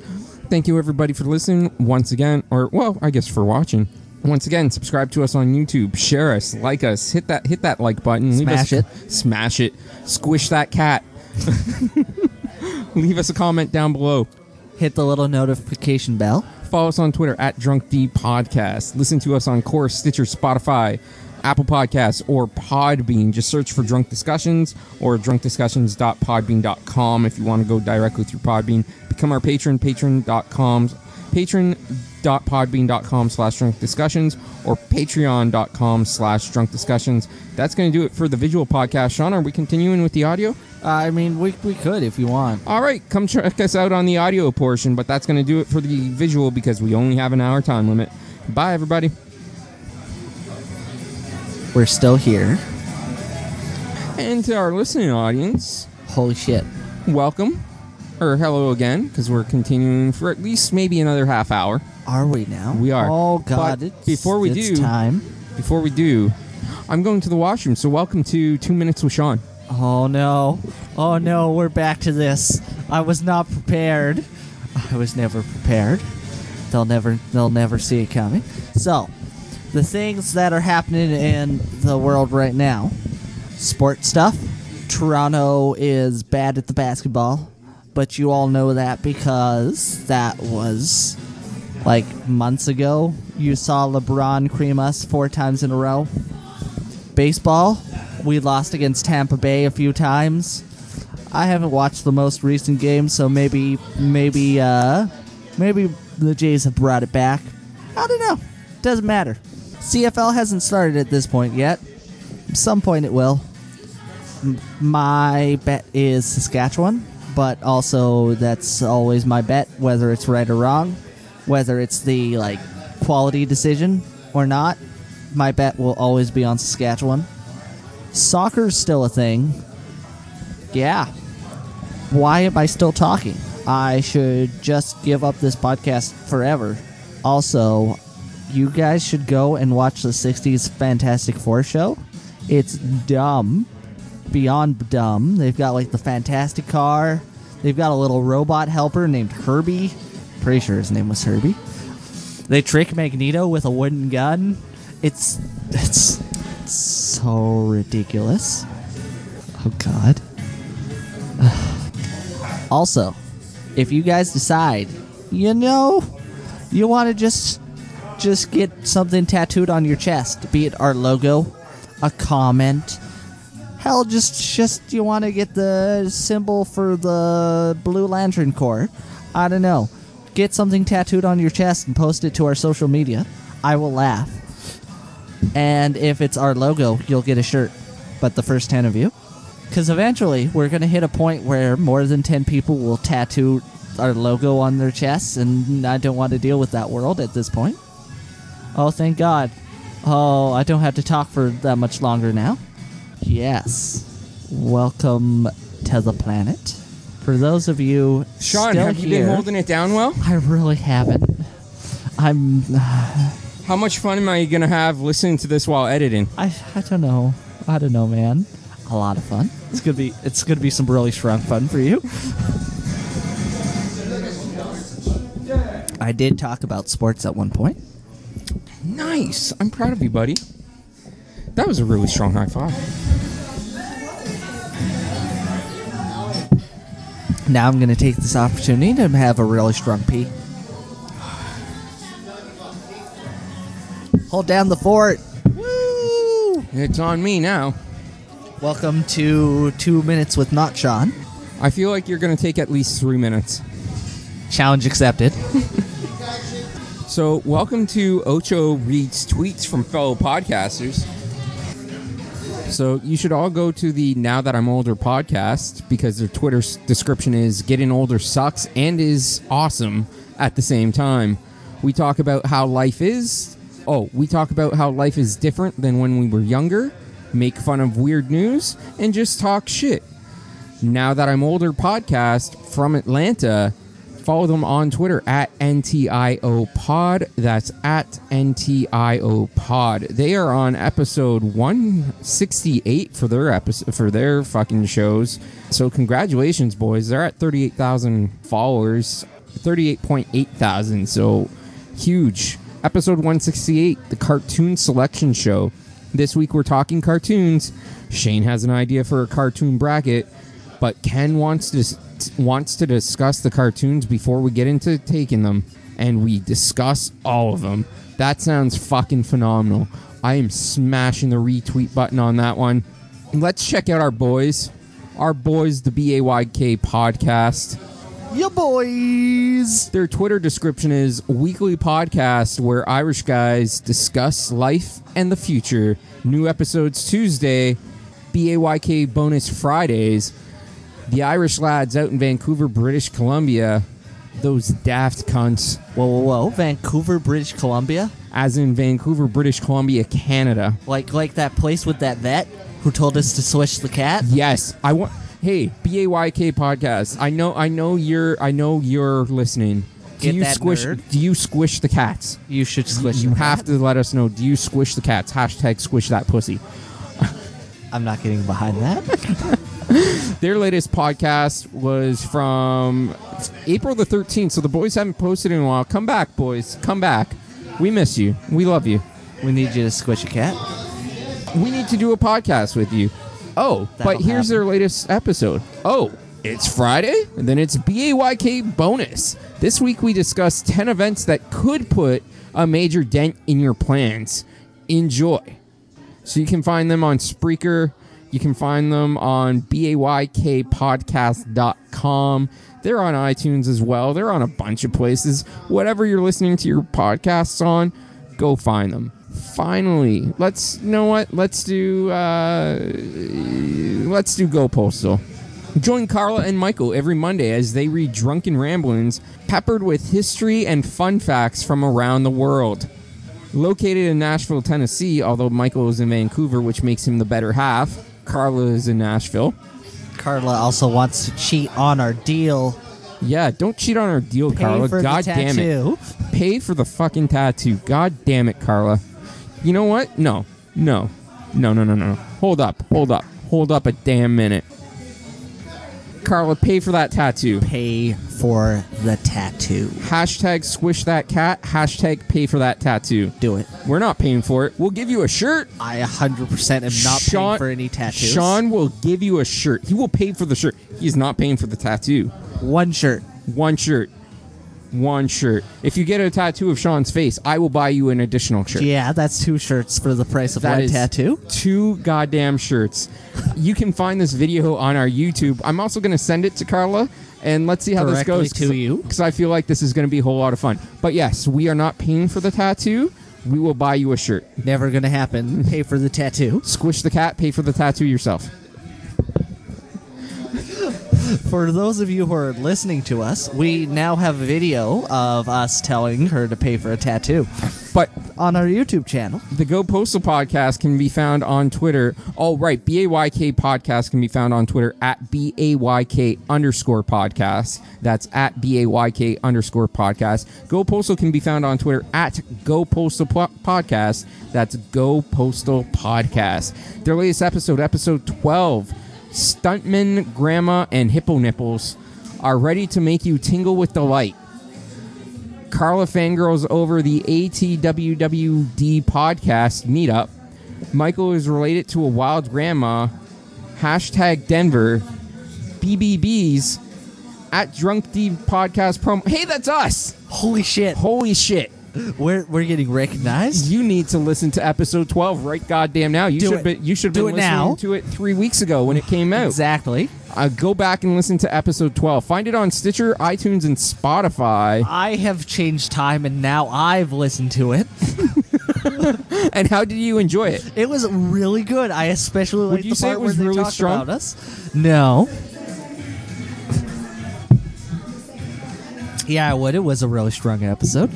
Thank you, everybody, for listening once again, or well, I guess for watching. Once again, subscribe to us on YouTube, share us, like us, hit that hit that like button, Smash leave us, it, smash it, squish that cat. [LAUGHS] leave us a comment down below. Hit the little notification bell. Follow us on Twitter at Drunk D Podcast. Listen to us on Core, Stitcher, Spotify, Apple Podcasts, or Podbean. Just search for Drunk Discussions or drunkdiscussions.podbean.com if you want to go directly through Podbean. Become our patron, patron.com, patron.podbean.com slash drunk discussions or patreon.com slash drunk discussions. That's going to do it for the visual podcast. Sean, are we continuing with the audio? Uh, I mean, we, we could if you want. All right, come check us out on the audio portion, but that's going to do it for the visual because we only have an hour time limit. Bye, everybody. We're still here. And to our listening audience, holy shit. Welcome, or hello again, because we're continuing for at least maybe another half hour. Are we now? We are. Oh, God, But it's- before we it's do, time. Before we do, I'm going to the washroom. So welcome to Two Minutes with Sean. Oh no. Oh no, we're back to this. I was not prepared. I was never prepared. They'll never they'll never see it coming. So, the things that are happening in the world right now. Sports stuff. Toronto is bad at the basketball, but you all know that because that was like months ago. You saw LeBron cream us four times in a row baseball. We lost against Tampa Bay a few times. I haven't watched the most recent game, so maybe maybe uh maybe the Jays have brought it back. I don't know. Doesn't matter. CFL hasn't started at this point yet. Some point it will. M- My bet is Saskatchewan, but also that's always my bet whether it's right or wrong, whether it's the like quality decision or not. My bet will always be on Saskatchewan. Soccer's still a thing. Yeah. Why am I still talking? I should just give up this podcast forever. Also, you guys should go and watch the 60s Fantastic Four show. It's dumb. Beyond dumb. They've got like the Fantastic Car. They've got a little robot helper named Herbie. Pretty sure his name was Herbie. They trick Magneto with a wooden gun. It's it's so ridiculous. Oh god. [SIGHS] also, if you guys decide, you know, you want to just just get something tattooed on your chest, be it our logo, a comment, hell just just you want to get the symbol for the blue lantern corps i don't know get something tattooed on your chest and post it to our social media i will laugh and if it's our logo you'll get a shirt but the first 10 of you because eventually we're going to hit a point where more than 10 people will tattoo our logo on their chests and i don't want to deal with that world at this point oh thank god oh i don't have to talk for that much longer now Yes. Welcome to the planet. For those of you Sean, still have you here- been holding it down well? I really haven't. I'm. [SIGHS] How much fun am I going to have listening to this while editing? I, I don't know. I don't know, man. A lot of fun. It's gonna be. It's gonna be some really strong fun for you. I did talk about sports at one point. Nice. I'm proud of you, buddy. That was a really strong high five. Now I'm going to take this opportunity to have a really strong pee. Hold down the fort. Woo! It's on me now. Welcome to Two Minutes with Not Sean. I feel like you're going to take at least three minutes. Challenge accepted. So, welcome to Ocho Reads Tweets from Fellow Podcasters. So, you should all go to the Now That I'm Older podcast because their Twitter s- description is Getting Older Sucks and is Awesome at the same time. We talk about how life is. Oh, we talk about how life is different than when we were younger, make fun of weird news, and just talk shit. Now That I'm Older podcast from Atlanta. Follow them on Twitter at NTIO Pod. That's at NTIO Pod. They are on episode 168 for their episode for their fucking shows. So congratulations, boys. They're at 38,000 followers, 38.8 thousand. So huge. Episode 168, the cartoon selection show. This week we're talking cartoons. Shane has an idea for a cartoon bracket, but Ken wants to wants to discuss the cartoons before we get into taking them, and we discuss all of them. That sounds fucking phenomenal. I am smashing the retweet button on that one. Let's check out our boys. Our boys, the BAYK podcast. Your boys. Their Twitter description is weekly podcast where Irish guys discuss life and the future. New episodes Tuesday, BAYK bonus Fridays. The Irish lads out in Vancouver, British Columbia. Those daft cunts. Whoa, whoa, whoa. Vancouver, British Columbia? As in Vancouver, British Columbia, Canada. Like like that place with that vet who told us to swish the cat? Yes, I want. Hey, BAYK podcast. I know, I know you're, I know you're listening. Do Get you that squish? nerd. Do you squish the cats? You should squish You the have to let us know. Do you squish the cats? Hashtag squish that pussy. I'm not getting behind that. [LAUGHS] Their latest podcast was from April the 13th, so the boys haven't posted in a while. Come back, boys. Come back. We miss you. We love you. We need you to squish a cat. We need to do a podcast with you. Oh, That'll but here's their latest episode. Oh, it's Friday, and then it's BAYK bonus. This week we discuss 10 events that could put a major dent in your plans. Enjoy. So you can find them on Spreaker. You can find them on baykpodcast.com. They're on iTunes as well. They're on a bunch of places. Whatever you're listening to your podcasts on, go find them. Finally, let's you know what? Let's do uh, let's do Go Postal. Join Carla and Michael every Monday as they read drunken ramblings peppered with history and fun facts from around the world. Located in Nashville, Tennessee, although Michael is in Vancouver, which makes him the better half, Carla is in Nashville. Carla also wants to cheat on our deal. Yeah, don't cheat on our deal, Pay Carla. for the God damn tattoo. it. Pay for the fucking tattoo. God damn it, Carla. You know what? No. No. No, no, no, no. Hold up. Hold up. Hold up a damn minute. Carla, pay for that tattoo. Pay for the tattoo. Hashtag squish that cat. Hashtag pay for that tattoo. Do it. We're not paying for it. We'll give you a shirt. I 100% am not paying for any tattoos. Sean will give you a shirt. He will pay for the shirt. He's not paying for the tattoo. One shirt. One shirt. One shirt. If you get a tattoo of Sean's face, I will buy you an additional shirt. Yeah, that's two shirts for the price of That one is tattoo. Two goddamn shirts. you can find this video on our YouTube. I'm also going to send it to Carla and let's see how Directly this goes. to you. Because I feel like this is going to be a whole lot of fun. But yes, we are not paying for the tattoo. We will buy you a shirt. Never gonna happen. Pay for the tattoo. Squish the cat, pay for the tattoo yourself. For those of you who are listening to us, we now have a video of us telling her to pay for a tattoo. But on our YouTube channel. The Go Postal podcast can be found on Twitter. All right, BAYK podcast can be found on Twitter at BAYK underscore podcast. That's at BAYK underscore podcast. Go Postal can be found on Twitter at Go Postal Po- podcast. That's Go Postal podcast. Their latest episode, episode 12, Stuntman, Grandma, and Hippo Nipples are ready to make you tingle with delight. Carla fangirls over the ATWWD podcast meetup. Michael is related to a wild grandma. Hashtag Denver. BBBs. at Drunk D Podcast promo. Hey, that's us. Holy shit. Holy shit. We're, we're getting recognized. You need to listen to episode 12 right goddamn now. You Do should it. be, you should Do be it listening now. to it 3 weeks ago when it came out. Exactly. Uh, go back and listen to episode 12. Find it on Stitcher, iTunes and Spotify. I have changed time and now I've listened to it. [LAUGHS] and how did you enjoy it? It was really good. I especially liked Would you the say part it was where they really talked strong? about us. No. Yeah, I would. It was a really strong episode.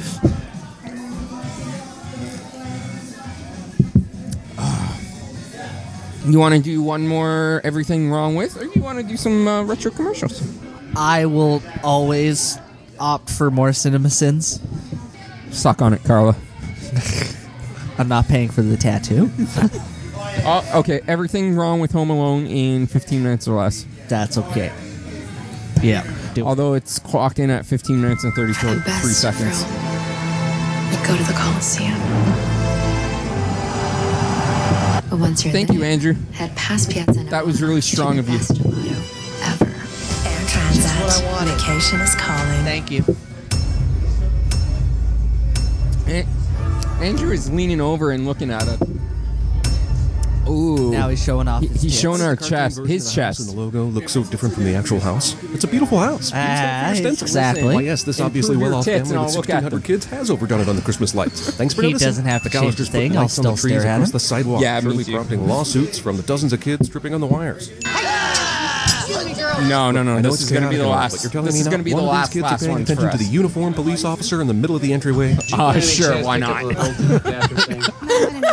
You want to do one more everything wrong with or you want to do some uh, retro commercials? I will oh, always opt for more CinemaSins. Suck on it, Carla. I'm not paying for [LAUGHS] the tattoo. Uh, okay, everything wrong with Home Alone in 15 minutes or less. That's okay. Yeah. Although it's clocked in at 15 minutes and 33 seconds. Go to the Coliseum. But once you're Thank there, you, Andrew. Head past Piazza Navona. That was really strong of you. Air Transat. Vacation is calling. Thank you. An- Andrew is leaning over and looking at it. Ooh. Now he's showing off. He- his he's tits. showing our Cartoon chest, version his of the house chest. And the logo looks so different from the actual house. It's a beautiful house. Please Ah, don't fear stencils. exactly. Why, yes, this Improve obviously your well-off tits family and with I'll look at 1,600 kids has overdone it on the Christmas [LAUGHS] lights. Thanks for He noticing. doesn't have to The Gallagher's change the putting thing. I'll lights on the still trees stare at across him. the sidewalk, Yeah, me surely too. prompting lawsuits from the dozens of kids tripping on the wires. [LAUGHS] No, no, no. I know This it's is going to be the chaotic, last. But you're telling This me is not going to be the one of these last kids last are paying one attention for to the us. uniformed police officer in the middle of the entryway. [LAUGHS] Uh, sure, why not?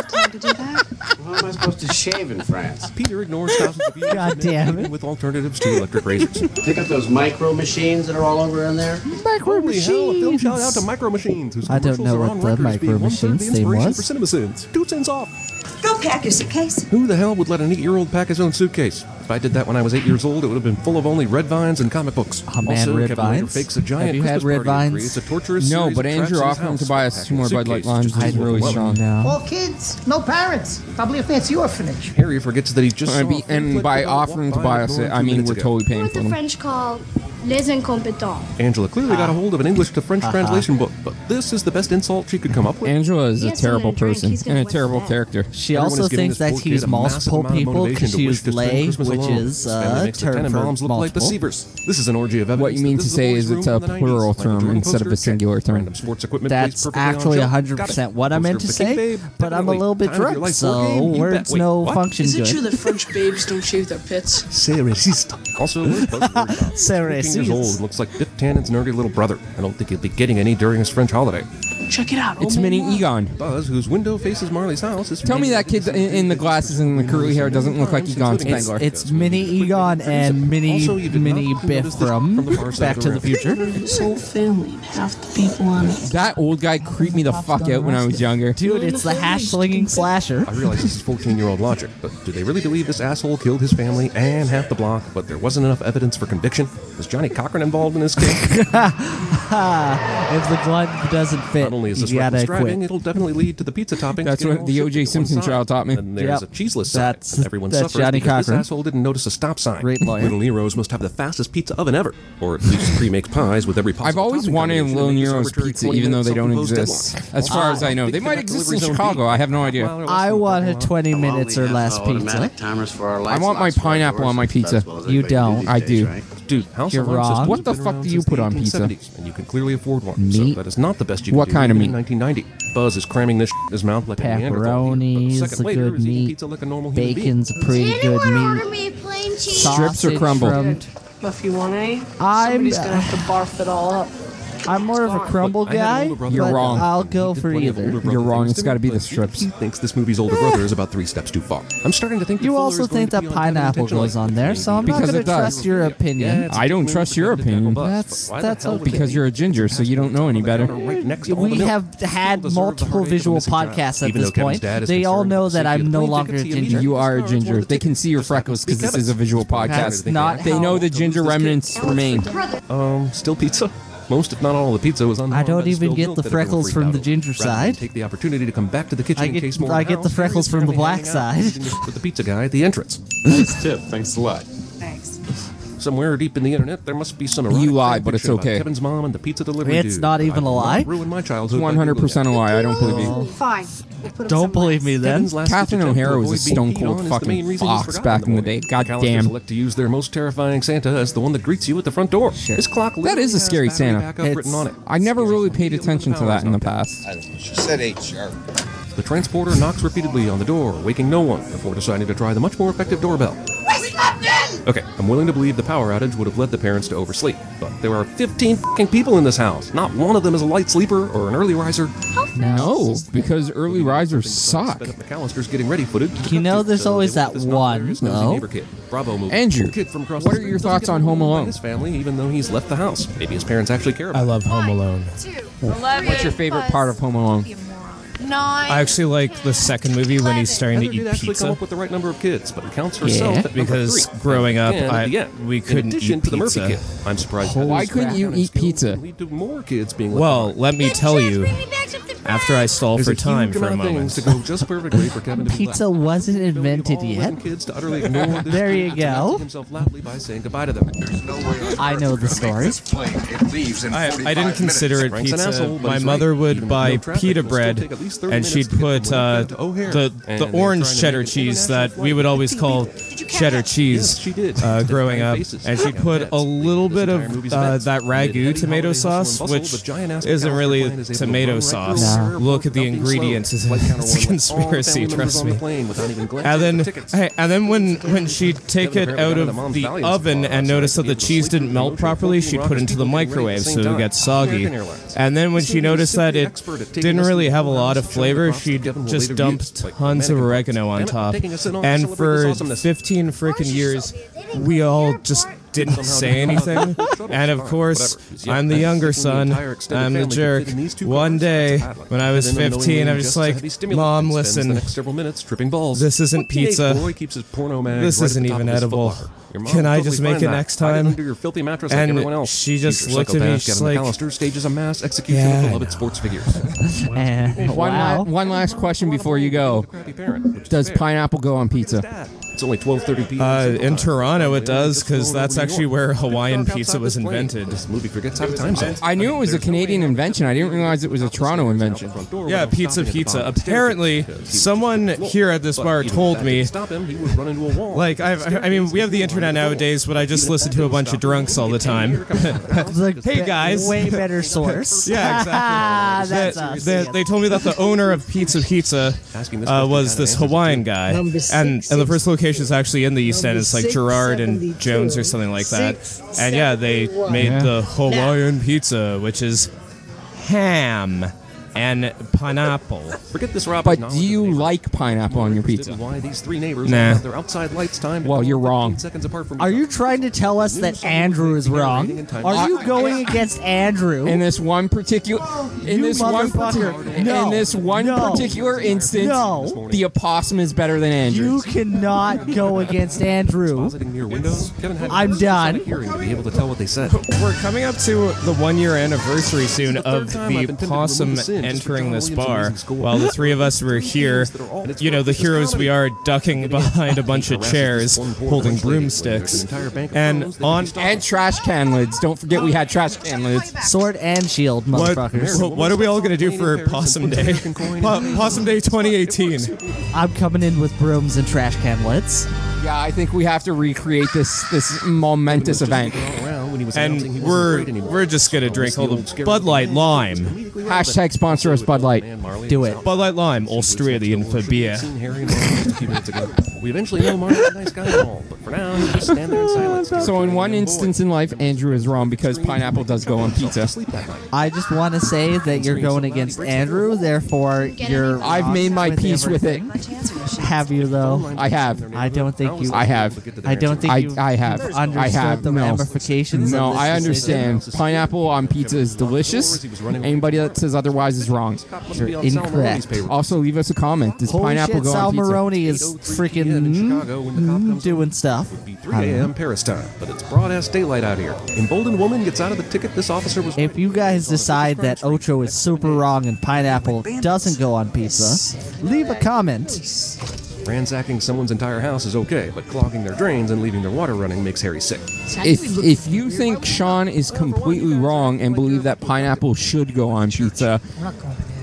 [LAUGHS] How am I supposed to shave in France? Peter ignores thousands of people God damn it. with alternatives to electric razors. [LAUGHS] Pick up those micro machines that are all over in there. Micro Holy hell, a film shout out to machines. Micro Machines, whose I don't commercials know are what on the record as Micro being one-third the Machines thing inspiration was. for CinemaSins. Two cents off. Go pack your suitcase. Who the hell would let an eight-year-old pack his own suitcase? If I did that when I was eight years old, it would have been full of only red vines and comic books. Oh, man, also, Red Kevin Later Vines? fakes a giant Have you had Christmas Red party and Vines? creates a torturous No, series but of Andrew traps in his offered him to house buy by us packing two more a Bud Light suitcase Limes. just as I'd well really as strong. well. No. All kids, no parents. Probably a fancy orphanage. Harry forgets that he just Uh, saw be- a and food by clip of a offering to walk by buy the us door it, I two mean minutes we're ago. totally paying What for the them. French call les incompétents. Angela clearly got a hold of an English to French Uh-huh. translation book, but this is the best insult she could come up with. Angela is a Yes, I'm terrible gonna drink. person He's gonna and a wet terrible that. character. She also thinks that he's multiple people because she was lay, which is uh, makes the term Tannenbaums for look like the multiple. Seavers. This is an orgy of evidence. What you mean This to the say boys' is room it's a from the 90s, plural like a term Jordan instead of poster, a check. singular term. Random sports equipment That's actually a 100% what I meant to say, but I'm a little bit drunk, so words no function Is it true good. that French babes don't shave their pits? C'est raciste. Also, we're both worried about. C'est 14 years raciste. old looks like Biff Tannen's nerdy little brother. I don't think he'll be getting any during his French holiday. Check it out. It's Oh my Mini God. Egon. Buzz, whose window faces Marley's house, is Tell me that kid in, in the glasses and the curly hair doesn't look like Egon It's, Spengler. it's mini Egon and mini mini Biff from Back to the Future. This whole family, half the people on it. that old guy creeped me the fuck out when I was younger. Dude, it's the hash slinging slasher. I realize this is 14 year old logic, but do they really believe this asshole killed his family and half the block, but there wasn't enough evidence for conviction? Was Johnny Cochran involved in [LAUGHS] this case? if the blood doesn't fit, Not only is this you gotta reckless quit. driving, it'll definitely lead to the pizza topping. That's what the O.J. Simpson trial taught me. And there's Yep. a cheeseless side, That's- and everyone that's suffers Johnny because Cochran. this asshole didn't notice a stop sign. Great lawyer. Little Nero's must have the fastest pizza oven ever, or at least pre makes pies with every possible I've always topping wanted a combination to Little make this Nero's arbitrary pizza, 20 even though they minute don't self-imposed exist. As far as I know, they might exist in Chicago. I have no idea. I want a 20 minutes or less pizza. Automatic timers for our I lights. want my pineapple on my pizza. You don't. I do. Dude, House You're of Wine wrong. systems What have the been fuck around do you since put the on pizza? 1870s, And you can clearly afford one. Meat? So that is not the best you can What do. kind of even in meat? 1990. Buzz is cramming this in his mouth like a Neanderthal. Pepperoni's But a second later, good he's eating meat. pizza like a normal human being. Bacon's a pretty good meat. me a plain cheese. Strips or Sausage crumble? from- If you want any, I'm- somebody's gonna have [LAUGHS] to barf it all up. I'm more of a crumble I had an guy. older brother but that wrong. I'll go did for plenty of older either. brother You're wrong. things It's to gotta me, be the but strips. He thinks this movie's older brother is about three steps too far. I'm starting to think. that You Fuller also is going think to that be on that pineapple intentionally. goes on there, so I'm Because not it going to does. trust your opinion. Yeah, it's a I don't twin trust your with a double opinion. bus, but That's- why the that's hell would they Because you're a ginger, so you don't know any better. right next to all the we milk? have had deserve the multiple heartache of a visual missing child. podcasts at Even this though Kevin's point. dad is They all concerned know with that the safety I'm of no the plane longer a tickets he ginger. immediately You are a Stars, one of ginger. the They can see your tickets. Just freckles happens because this to be is a Kevin. visual Just happens podcast. to be Not Kevin. They know the ginger remnants remain. Um, still pizza? Most, if not all, the pizza was on. I don't even get the freckles from the ginger side. Take the opportunity to come back to the kitchen I in get- case more. I get the Harold's freckles from the apparently [LAUGHS] black hanging out side. with the pizza guy at the entrance. Nice tip. Thanks a lot. Thanks. Somewhere deep in the internet, there must be some. erotic You lie, fan but it's fiction about okay. Kevin's mom and the pizza delivery. It's dude. not I even a will not lie. Ruin my childhood. by One hundred percent a Googling lie. I don't believe you. Fine. We'll put him Don't believe me then. Kevin's last Catherine attempt to O'Hara was a avoid being stone peed cold on is the fucking main reason he's fox forgotten back the in the morning. day. God Calendars damn. elect to use their most terrifying Santa as the one that greets you at the front door. His clock. That literally is a has scary battery Santa. backup written on it. I never really paid attention to that in the past. I don't know. She said eight sharp. The transporter knocks repeatedly on the door, waking no one before deciding to try the much more effective doorbell. Okay, I'm willing to believe the power outage would have led the parents to oversleep, but there are 15 fucking people in this house. Not one of them is a light sleeper or an early riser. No, because early risers suck. Sped up McAllister's getting ready footed. You know, there's always that one Nosy though. neighbor kid. Bravo movie. Andrew, kid from across what the are street your doesn't thoughts get on Home along Alone? with His family, even though he's left the house. Maybe his parents actually care about. I love Home Alone. What's your favorite part of Home Alone? I actually like the second movie when he's starting to Heather did eat actually come pizza. up with the right number of kids, but it counts for Yeah. herself at number Because three. growing up, And at I- the end, we couldn't in addition eat to the Murphy pizza. kid. I'm surprised. Holy Why couldn't you eat pizza? Lead to more kids being. "Oh, left Well, let me tell you, after I stall There's for a huge [LAUGHS] time for a amount of moment, things to go just perfectly for Kevin to be Pizza left. wasn't invented Letting yet. kids to utterly [LAUGHS] ignore this There you and to go. announce himself loudly by saying goodbye to them. I know the story. [LAUGHS] I, I didn't consider it Frank's an pizza. asshole, but My he's mother right. would Even with buy no traffic, pita it'll still bread, take at least 30 and minutes she'd to get from put Lincoln uh, to O'Hare. the And the they're orange trying to cheddar make an cheese that international we would flight. always call cheddar cheese Yes, she did. uh, growing up, Faces. and she Fucking put bats. a little This bit of entire movie's uh, events. that We had Eddie ragu tomato Holiday, Hustle and sauce, Bustle, which the giant-ass isn't McAllister really plan is able to tomato run right sauce. through the airport Look at the without being slowed. ingredients; it's Flight a- counter it's a warned all family conspiracy. members Trust on the me. plane without even glancing And at the then, tickets. hey, and then when when she'd take it out of the oven and notice that the cheese didn't melt properly, she'd put it into the microwave so it would get soggy. And then when she noticed that it didn't really have a lot of flavor, she'd just dump tons of oregano on top. And for 15 freaking years, we all just didn't say [LAUGHS] anything. And of course, I'm the younger son. I'm the jerk. One day, when I was 15, I was just like, Mom, The listen, next several minutes tripping balls. This isn't What teenage pizza. Boy keeps his porno mag This right at isn't the top even of his edible. foot locker. Your mom Can I totally just make planned it that. next Hide it time? under your filthy mattress like And everyone else. she just Future looked at me, psychopath she's Gavin like, McAllister stages a mass execution Yeah, of I beloved sports figures. And, One, la- wow. one last question before you go. Does pineapple go on pizza? It's only 12:30 p.m. Uh, in Toronto, it does because Over that's New actually York. where Hawaiian Dark outside pizza was this plane. invented. This movie forgets how to time zone. I knew it was a Canadian invention. I didn't realize it was a Toronto invention. Yeah, pizza, pizza. Apparently, someone here at this bar told me. Stop him. He would run into a wall. Like, I've, I mean, we have the internet nowadays, but I just listen to a bunch of drunks all the time. [LAUGHS] hey guys, [LAUGHS] way [LAUGHS] better source. yeah, exactly. [LAUGHS] That's They- awesome. they, they told me that the owner of Pizza Pizza this uh, question was out this of answers, Hawaian guy, Number and and the first location is actually in the East End. It's like six Gerard and seventy-two. Jones or something like that. Six And yeah, they seventy-one. made Yeah. the Hawaiian pizza, which is ham and pineapple. Forget this Robert But do you like pineapple on your pizza? Why these three neighbors Nah. have their outside lights timed? Well, you're wrong. Seconds apart from Are you trying to tell us that Andrew is wrong? Are you going against Andrew? In this one [LAUGHS] particular, in You this one motherfucker. particular, No. in this one No. particular instance, No. the opossum is better than Andrew. You cannot go against Andrew. Positing near windows. Kevin had I'm done. Hearing to be able to tell what they said. We're coming up to the one year anniversary soon third of time I've the intended to possum remove sin just for entering John this Williams' bar amazing score. while the [LAUGHS] three of us were here. You know, the heroes we are ducking behind a bunch of chairs holding broomsticks. And on. And trash can lids. Don't forget we had trash can lids. Sword and shield, What, motherfuckers. what, what are we all going to do for Possum Day? Po- possum Day 2018. I'm coming in with brooms and trash can lids. Yeah, I think we have to recreate this this momentous event. And we're, we're just going to drink all the Bud Light Lime. Hashtag sponsor us Bud Light. Do it. Bud Light Lime, Australian for beer. Seen Harry and Marlon just a few minutes ago. We eventually know Marlon's a nice guy and all, but for now, he just stand there in silence. So in one instance in life, Andrew is wrong because pineapple does go on pizza. I just want to say that you're going against Andrew, therefore you're. I've made my peace with it. Have you though? I have. I don't think you. I have. I don't think I, you. I have. you've I understood have. the no. ramifications. No, of this I decision. understand. Pineapple on pizza is delicious. Anybody that says otherwise is wrong. You're incorrect. Also, leave us a comment. Does Holy pineapple shit, go Sal on pizza? Maroni is freaking mm, doing stuff. 3 I don't know. a.m. Paris time, but it's broad ass daylight out here. Emboldened woman gets out of the ticket this officer was. If you guys decide that Ocho is super wrong and pineapple doesn't go on pizza, leave a comment. Ransacking someone's entire house is okay, but clogging their drains and leaving their water running makes Harry sick. If if you think Sean uh, is completely wrong and believe that pineapple should go on pizza,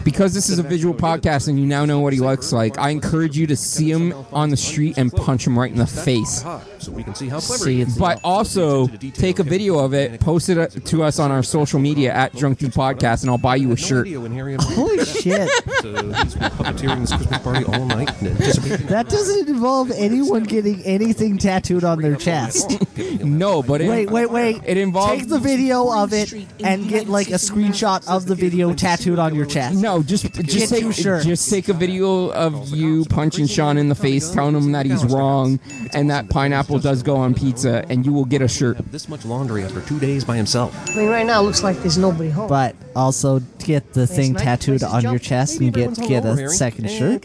because this is a visual podcast and you now know what he looks like, I encourage you to see him on the street and punch him right in the face. So we can see how clever See, he is. but also take a video of it, post it to us on our social media at Drunk Dude Podcast, and I'll buy you a shirt. Video in Harry and Holy shit. so he's been puppeteering this Christmas party all night and [LAUGHS] anticipating That doesn't involve anyone getting anything tattooed on their chest. no, but it, Wait, wait, wait. It involves Take the video of it and get like a screenshot of the video tattooed on your chest. No, just just Get you take a shirt. just take a video of you punching Sean in the face, telling him that he's wrong, and that pineapple does go on pizza, and you will get a shirt. this much laundry after two days by himself. I mean, right now it looks like there's nobody home. But also get the thing tattooed on your chest and get get a second shirt.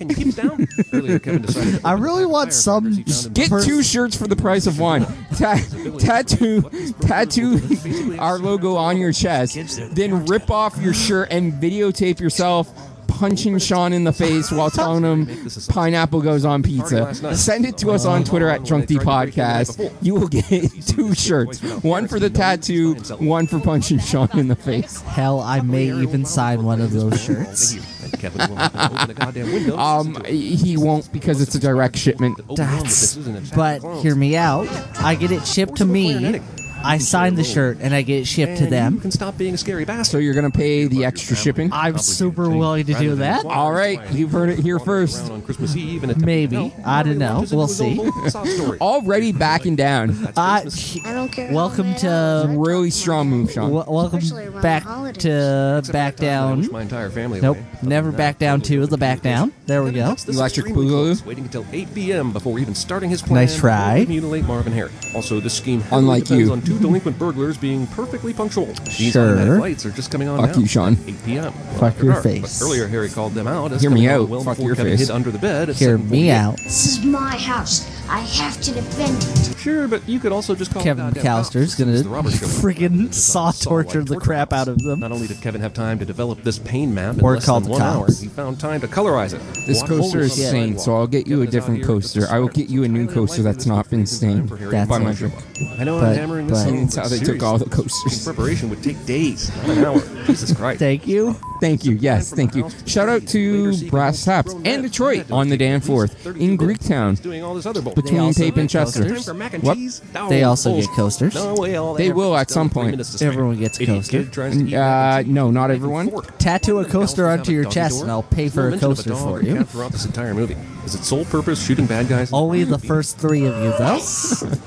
Earlier, Kevin decided I really want some. Get two shirts for the price of one. Ta- tattoo, tattoo our logo on your chest. Then rip off your shirt and videotape yourself punching Sean in the face while telling him pineapple goes on pizza. Send it to us on Twitter at Drunk D Podcast. You will get [LAUGHS] two shirts: one for the tattoo, one for punching Sean in the face. Hell, I may even sign one of those shirts. um, he won't because it's a direct shipment. That's- but hear me out. I get it shipped to me. I sign the shirt and I get it shipped to them. can stop being a scary bastard. So you're gonna pay the extra shipping? I'm super willing to do that. All right, you've heard it here first. on Christmas Eve and it Maybe. I don't know. We'll see. [LAUGHS] Already backing down. Uh, I don't care. welcome to really strong move, Sean. welcome Especially around back the holidays. to back down. my entire family Nope, away. never back down to the back down. There we go. This Electric Boogaloo. Waiting until 8 p.m. before even starting his plan. Nice try. to Mutilate Marvin Harry. Also, this scheme heavily Unlike depends you. on two delinquent burglars being perfectly punctual. These Sure. automatic lights are just coming on Fuck now. you, Sean. 8 p.m. Well, Fuck after your dark. face. But earlier, Harry called them out. as Hear me coming on out. Well Fuck before your Kevin face. Hid under the bed. at Hear 7:48. me out. This is my house. I have to defend it. Sure, but you could also just call it Kevin goddamn out. McAllister's It's gonna the Robert Show. friggin' saw torture the crap out of them. Not only did Kevin have time to develop this pain map in Or less call than the one cops. hour, he found time to colorize it. This Walk coaster over is to the stained, sidewalk. so I'll get you a different coaster. I will get you a new coaster that's not been stained That's by my it. drink. I know But- I'm hammering this but- home, That's how but they took all the seriously, coasters. Preparation would take days, not [LAUGHS] an hour. Jesus [LAUGHS] Christ. Thank you. Thank you. Yes, thank you. Shout out to Brass Taps and Detroit on the Danforth in Greektown Doing all this other bull. between Tape and Chester. Time for mac and What? cheese? No, They also bullshit. get coasters. No way, all They that will happens at some three point. minutes to straight. Everyone gets a Idiot coaster. kid tries to eat mac Uh, and cheese. no, not everyone. Tattoo a coaster Have onto your doggy chest door? and I'll pay for No a mention of coaster dog for or you. [LAUGHS] cat Throughout this entire movie, is its sole purpose shooting bad guys? Only the first three of you [LAUGHS] though,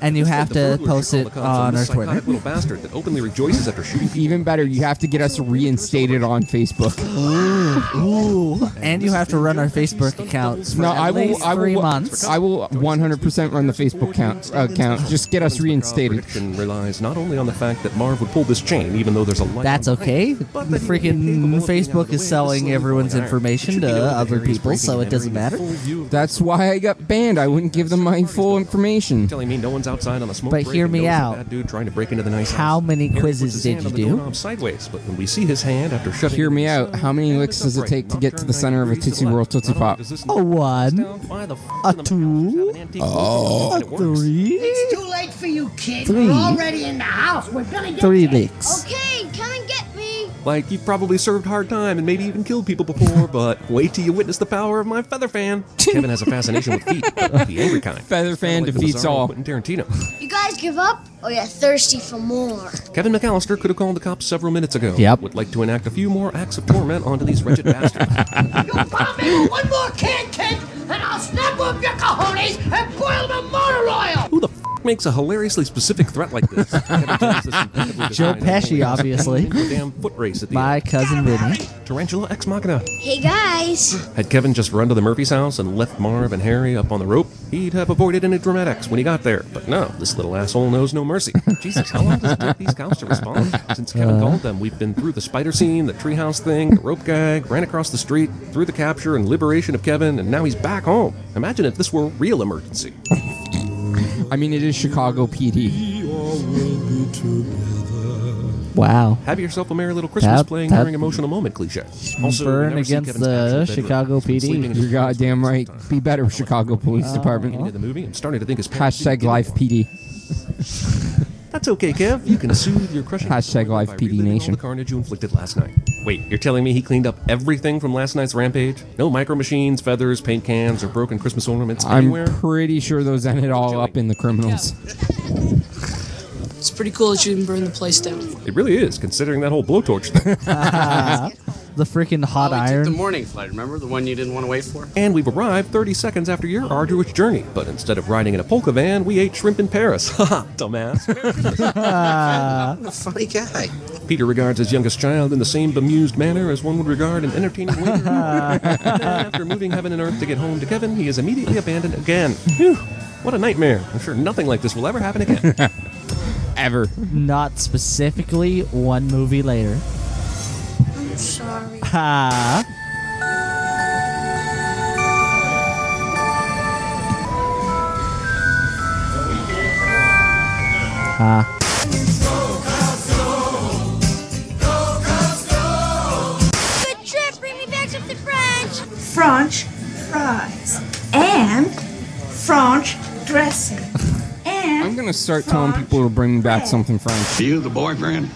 and you have to post it on our Twitter. Little bastard that openly rejoices after shooting. Even better, you have to get us reinstated on Facebook. [GASPS] [GASPS] Ooh, and you have to run our Facebook account for No, at I will. least I three will. months. I will 100% run the Facebook count, account. Just get us reinstated. Prediction relies not only on the fact that Marv would pull this chain, even though there's a light. That's okay. The freaking Facebook is selling everyone's information to other people, so it doesn't matter. That's why I got banned. I wouldn't give them my full information. Telling me no one's outside on the smoke But break hear and me no one's a out. Bad dude trying to break into the nice How house. many Harry puts quizzes his hand did you on the do? doorknob sideways, but when we see his hand after shutting, Hear me out. How many licks does it take to get to the center of a Tootsie Roll Tootsie Pop? A Oh, one, why the f- a two, Oh. a three, Too late for you, kid. Three. We're already in the house. We're gonna get three you. leaks. Okay, come and get me. Like you probably served hard time and maybe even killed people before, [LAUGHS] but wait till you witness the power of my feather fan. Kevin has a fascination with feet, but the angry kind. Feather fan Like the defeats bizarro all. Quentin Tarantino. You guys give up or you're thirsty for more? Kevin McAllister could have called the cops several minutes ago. Yep. Would like to enact a few more acts of torment onto these wretched bastards. Pop me one more can, kid, and I'll snap up your cojones and boil them in motor oil. Who the f- makes a hilariously specific threat like this? Kevin turns this incredibly design Joe and Pesci, obviously. into a Damn foot race at the My end. cousin Vinny. Tarantula ex machina. Hey guys. Had Kevin just run to the Murphy's house and left Marv and Harry up on the rope, he'd have avoided any dramatics when he got there. But no, this little asshole knows no [LAUGHS] mercy. Jesus, how long does it take these cows to respond? Since Uh. Kevin called them, we've been through the spider scene, the treehouse thing, the rope gag, ran across the street, through the capture and liberation of Kevin, and now he's back home. Imagine if this were a real [LAUGHS] emergency. I mean, it is Chicago PD. Wow. Have yourself a merry little Christmas That- playing that- during emotional moment cliche. Also, we burn never see against Kevin's the actual bedroom. Chicago He's been PD. sleeping in his You're goddamn right. Be better, Chicago Police Department. Into the movie, I'm starting to think it's Hashtag Life PD. [LAUGHS] That's okay, Kev. You can soothe your crushing Hashtag Life by PD reliving all Nation. the carnage you inflicted last night. Wait, you're telling me he cleaned up everything from last night's rampage? No micro machines, feathers, paint cans, or broken Christmas ornaments I'm anywhere? pretty sure those ended all up in the criminals. It's pretty cool that you didn't burn the place down. It really is, considering that whole blowtorch [LAUGHS] thing. the freaking hot The iron. morning flight, remember? The one you didn't want to wait for? and we've arrived 30 seconds after your arduous journey. But instead of riding in a polka van, we ate shrimp in Paris. [LAUGHS] Haha, dumbass. I'm a funny guy. Peter regards his youngest child in the same bemused manner as one would regard an entertaining waiter. [LAUGHS] And then after moving heaven and earth to get home to Kevin, he is immediately abandoned again. Phew, what a nightmare. I'm sure nothing like this will ever happen again. Ever. Not specifically one movie later. I'm sorry. Ha. Ha. Good trip. Bring me back something French. French fries and French dressing. I'm gonna start telling people to bring back something French. You the boyfriend?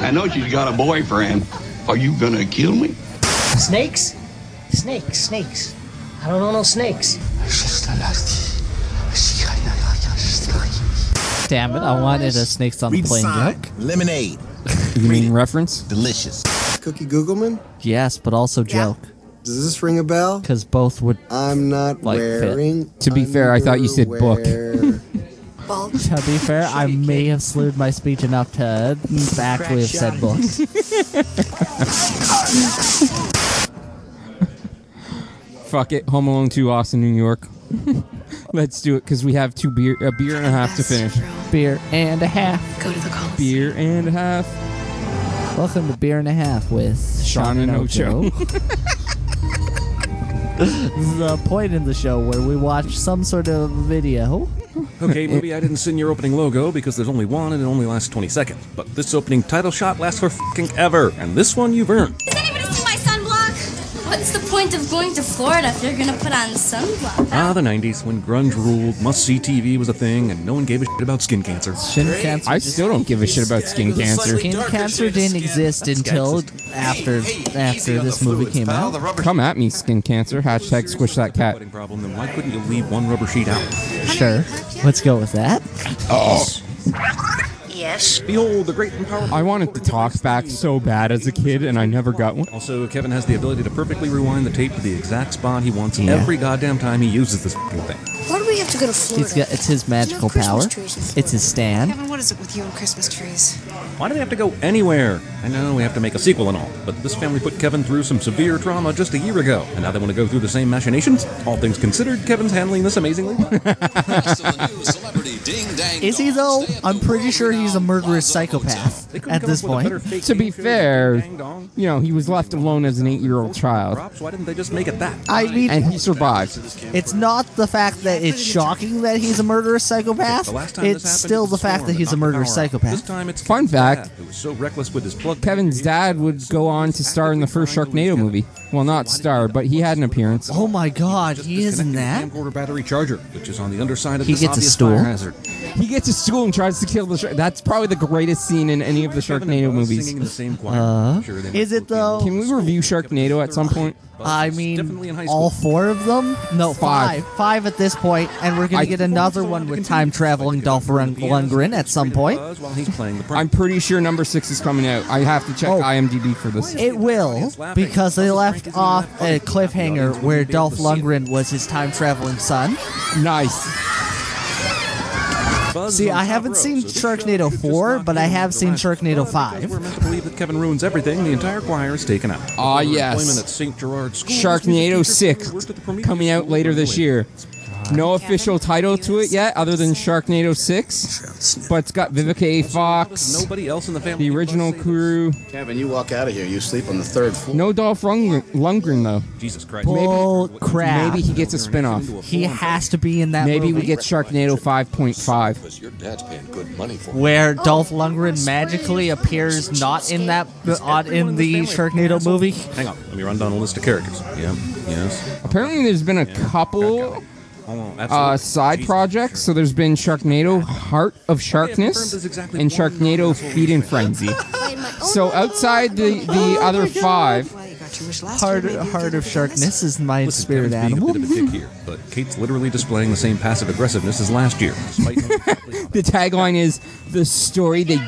I know she's got a boyfriend. Are you gonna kill me? Snakes? Snakes, snakes. I don't know no snakes. Damn it! I wanted a snakes on the plane joke. Lemonade. You mean reference? Delicious. Cookie Googleman? Yes, but also joke. Does this ring a bell? Because both would. I'm not Like fit. wearing. To be fair, I thought you said [LAUGHS] book. underwear. [LAUGHS] To be fair, I may have slurred my speech enough to exactly have said books. [LAUGHS] Fuck it. Home Alone 2, Austin, New York. [LAUGHS] Let's do it because we have two beer, a beer and a half to finish. Beer and a half. Go to the call. Beer and a half. Welcome to Beer and a Half with Sean, and Ocho. [LAUGHS] the point in the show where we watch some sort of video. [LAUGHS] Okay, maybe I didn't sing your opening logo because there's only one and it only lasts 20 seconds. But this opening title shot lasts for fucking ever, and this one you've earned. Does anybody see my sunblock? What's the point of going to Florida if you're gonna put on sunblock? Ah, the 90s when grunge ruled, must see TV was a thing, and no one gave a shit about skin cancer. Skin cancer I still don't give a shit about skin cancer. Skin cancer didn't exist until after after this movie came out. Come at me, skin cancer. Hashtag squish that cat. Problem, then why couldn't you leave one rubber sheet out? Sure, let's go with that. Oh. Yes. Behold the great and powerful. I wanted the talk back so bad as a kid, and I never got one. Also, Kevin has the ability to perfectly rewind the tape to the exact spot he wants every goddamn time he uses this fucking thing. Why do we have to go to Florida? He's got it's his magical There's no power. Christmas trees in Florida. It's his stand. Kevin, what is it with you and Christmas trees? Why do they have to go anywhere? I know we have to make a sequel and all, but this family put Kevin through some severe trauma just a year ago, and now they want to go through the same machinations? All things considered, Kevin's handling this [LAUGHS] amazingly well. Is he though? I'm pretty sure he's a murderous psychopath at this point. To be fair, you know, he was left alone as an eight year old child. Why didn't they just make it that? I mean, And he survived. it's not the fact that it's shocking that he's a murderous psychopath. The last time this It's happened, still it the was a fact storm that he's a knocked the murderous power out. This psychopath. time it's Fun Kevin's fact. dad who was so reckless with his plug. Kevin's dad would go on to star in the first Sharknado movie. Well, not star, but he had an appearance. Oh my god, he is in that. Camcorder battery charger, which is on the underside of He this gets a obvious stool. fire hazard. He gets to school and tries to kill the shark. That's probably the greatest scene in any of the Sharknado movies. Singing in the same choir. Uh, Sure, they is it though? Can we review Sharknado at some point? I in high mean, school. all four of them? No, Five. five. Five, at this point, and we're going I- to get another one with [LAUGHS] time traveling Dolph Lund- Lundgren at some point. buzz while he's playing the I'm pretty sure number six is coming out. I have to check Oh. IMDb for this. It will, because they left off a cliffhanger where Dolph Lundgren was his time traveling son. Nice. Buzz See, is on I top haven't row, seen so this show Sharknado could just 4, knock but you I into have the seen rafters. But Sharknado because 5. We're meant to believe that Kevin ruins everything. The entire choir is taken out. Ah, Over yes. oh Employment at St. Gerard's School. oh Sharknado 6 coming out later this year. No official title to it yet, other than Sharknado 6. oh But it's got Vivica A. Fox, Nobody else in the family. the original crew. Kevin, you walk out of here. You sleep on the third floor. No Dolph Lundgren, Lundgren though. Jesus Christ. Bull crap. Maybe he gets a spin-off. He has to be in that Maybe movie we get Sharknado 5.5. Your dad's paying good money for where Dolph Lundgren magically appears not in that on, in the Sharknado movie. Hang on, let me run down a list of characters. Yeah, yes. Apparently, there's been a couple uh, side projects. So there's been Sharknado Heart of Sharkness and Sharknado Feed and [LAUGHS] Frenzy. So outside the, the other five, Heart, Heart of Sharkness is my spirit Kevin's being animal. a bit of a dick here, but Kate's literally displaying the same passive aggressiveness as last year. Despite the tagline is the story they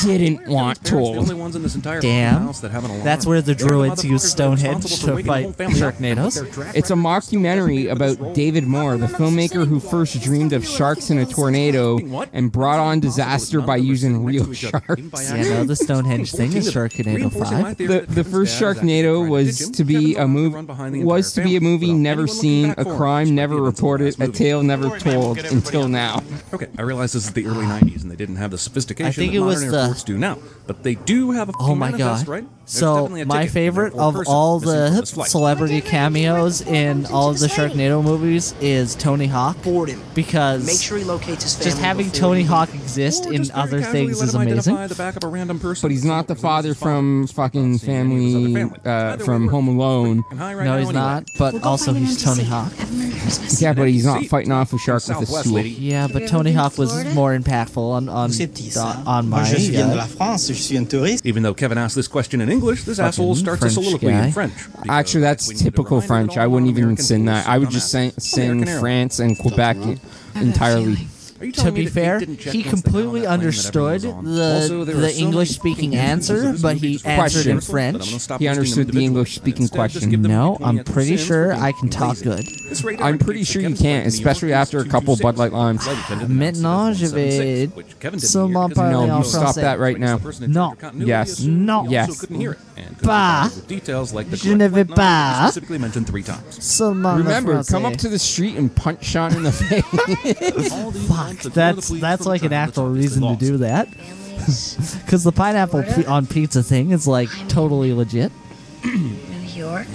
didn't want the only told. ones in this entire Damn. house that have an alarm. That's where the They're druids motherfuckers use that are Stonehenge responsible for to waking the fight whole family up. Sharknados. It's a mockumentary about David Moore, the filmmaker who first dreamed of sharks in a tornado and brought on disaster by using real sharks. Yeah, no, the Stonehenge thing is Sharknado Five. The, the first Sharknado was to be a movie was to be a movie never seen, a crime never reported, a tale never told until now. Okay, I realize this is the early 90s and they didn't have the sophistication I think that it was modern the- airports do now, but they do have a Oh fucking my manifest, god! right? There's So definitely a my ticket there favorite for a of person all missing from the this flight. celebrity cameos in all of the Sharknado movies is Tony Hawk. Because Make sure he locates his family. just having before Tony you- Hawk exist Or in just very other casually things let is him amazing. Identify the back of a random person. But he's not the father from fucking family uh, from Home Alone. No, he's not. But also he's Tony Hawk. Yeah, but he's not fighting off a shark with a Southwest stool. lady. Yeah, but Tony Hawk was more impactful on on on, on my. uh, Even though Kevin asked this question in English, this asshole starts a French soliloquy guy. in French. Actually, that's typical French. I wouldn't even sing that. I would just sing, sing American France and Quebec entirely. to be fair, he completely understood the Also, there are the so many English speaking answer, but he answered Question. in French. He understood the English speaking question. No, I'm pretty sure I can talk good. I'm pretty sure you can't, especially after a couple Bud Light Limes. Maintenant, je vais seulement parler No, en you stop français. that right now. No. Yes. No. Yes. Pas. Details like the Je ne vais pas. specifically mentioned three times. Seulement en Remember, français. come up to the street and punch Sean in the face. [LAUGHS] Fuck, that's that's like an actual reason to do that. [LAUGHS] Because the pineapple pi- on pizza thing is like totally legit. New York.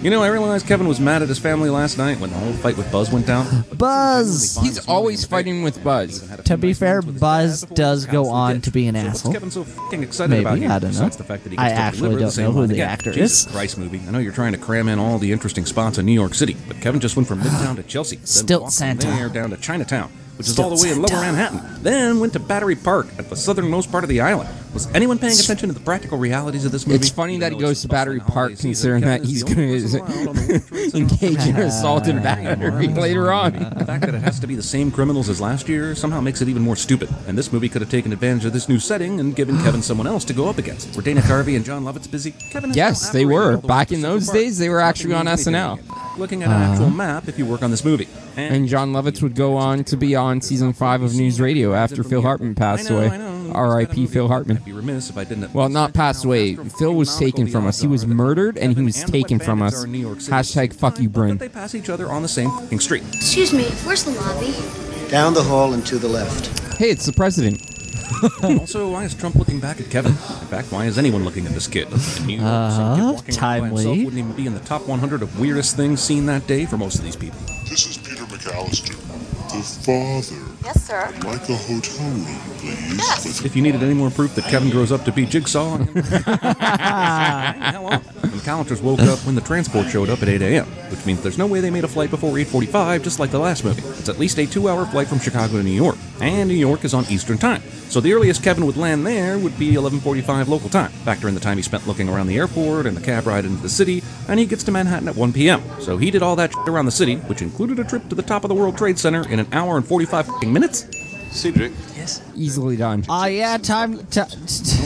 You know, I realized Kevin was mad at his family last night when the whole fight with Buzz went down. Buzz. He's always fighting with Buzz. To be fair, Buzz does go on to be an asshole. Kevin's so fucking excited Maybe, about here, I don't know. besides the fact that he I gets to actually deliver don't the same know who line the again. actor Jesus is. Christ, movie. I know you're trying to cram in all the interesting spots in New York City, but Kevin just went from Midtown to Chelsea, then Stilt walked Santa. from there down to Chinatown, which is Stilt all the way in Lower Santa. Manhattan, then went to Battery Park at the southernmost part of the island. Was anyone paying attention to the practical realities of this movie? It's funny that he goes to Battery Park, [LAUGHS] considering that he's going to engage [LAUGHS] in assault and battery later on. The fact that it has to be the same criminals as last year somehow makes it even more stupid. And this movie could have taken advantage of this new setting [GASPS] and given Kevin someone else to go up against. Were Dana Carvey and John Lovitz busy? Kevin has Yes, now they operated were. all the way Back to in Central those Park. days, they were Nothing actually on means anything SNL. again. Looking at an Uh-huh. actual map, if you work on this movie, and, Uh-huh. And John Lovitz would go on to be on season five of News Radio after Phil Hartman passed away. R.I.P. Phil Hartman. I'd be remiss if I didn't. Well, not passed away. Phil was taken from us. He was murdered and he was taken from us. Hashtag fuck you, Bryn. They pass each other on the same fucking street. Excuse me, where's the lobby? Down the hall and to the left. Hey, it's the president. [LAUGHS] also, why is Trump looking back at Kevin? In fact, why is anyone looking at this kid? In New York, some kid Uh-huh, walking around by himself timely. Wouldn't even be in the top 100 of weirdest things seen that day for most of these people. This is Peter McAllister, the father. Yes, sir. Like a hotel room, please. If you needed any more proof that Kevin grows up to be Jigsaw, [LAUGHS] I am- how long? [LAUGHS] And Callender's woke up when the transport showed up at 8 a.m., which means there's no way they made a flight before 8:45, just like the last movie. It's at least a two-hour flight from Chicago to New York, and New York is on Eastern Time, so the earliest Kevin would land there would be 11:45 local time. Factor in the time he spent looking around the airport and the cab ride into the city, and he gets to Manhattan at 1 p.m. So he did all that shit around the city, which included a trip to the top of the World Trade Center in an hour and 45 fucking minutes. Cedric. Yes. easily done. Oh yeah, time. T-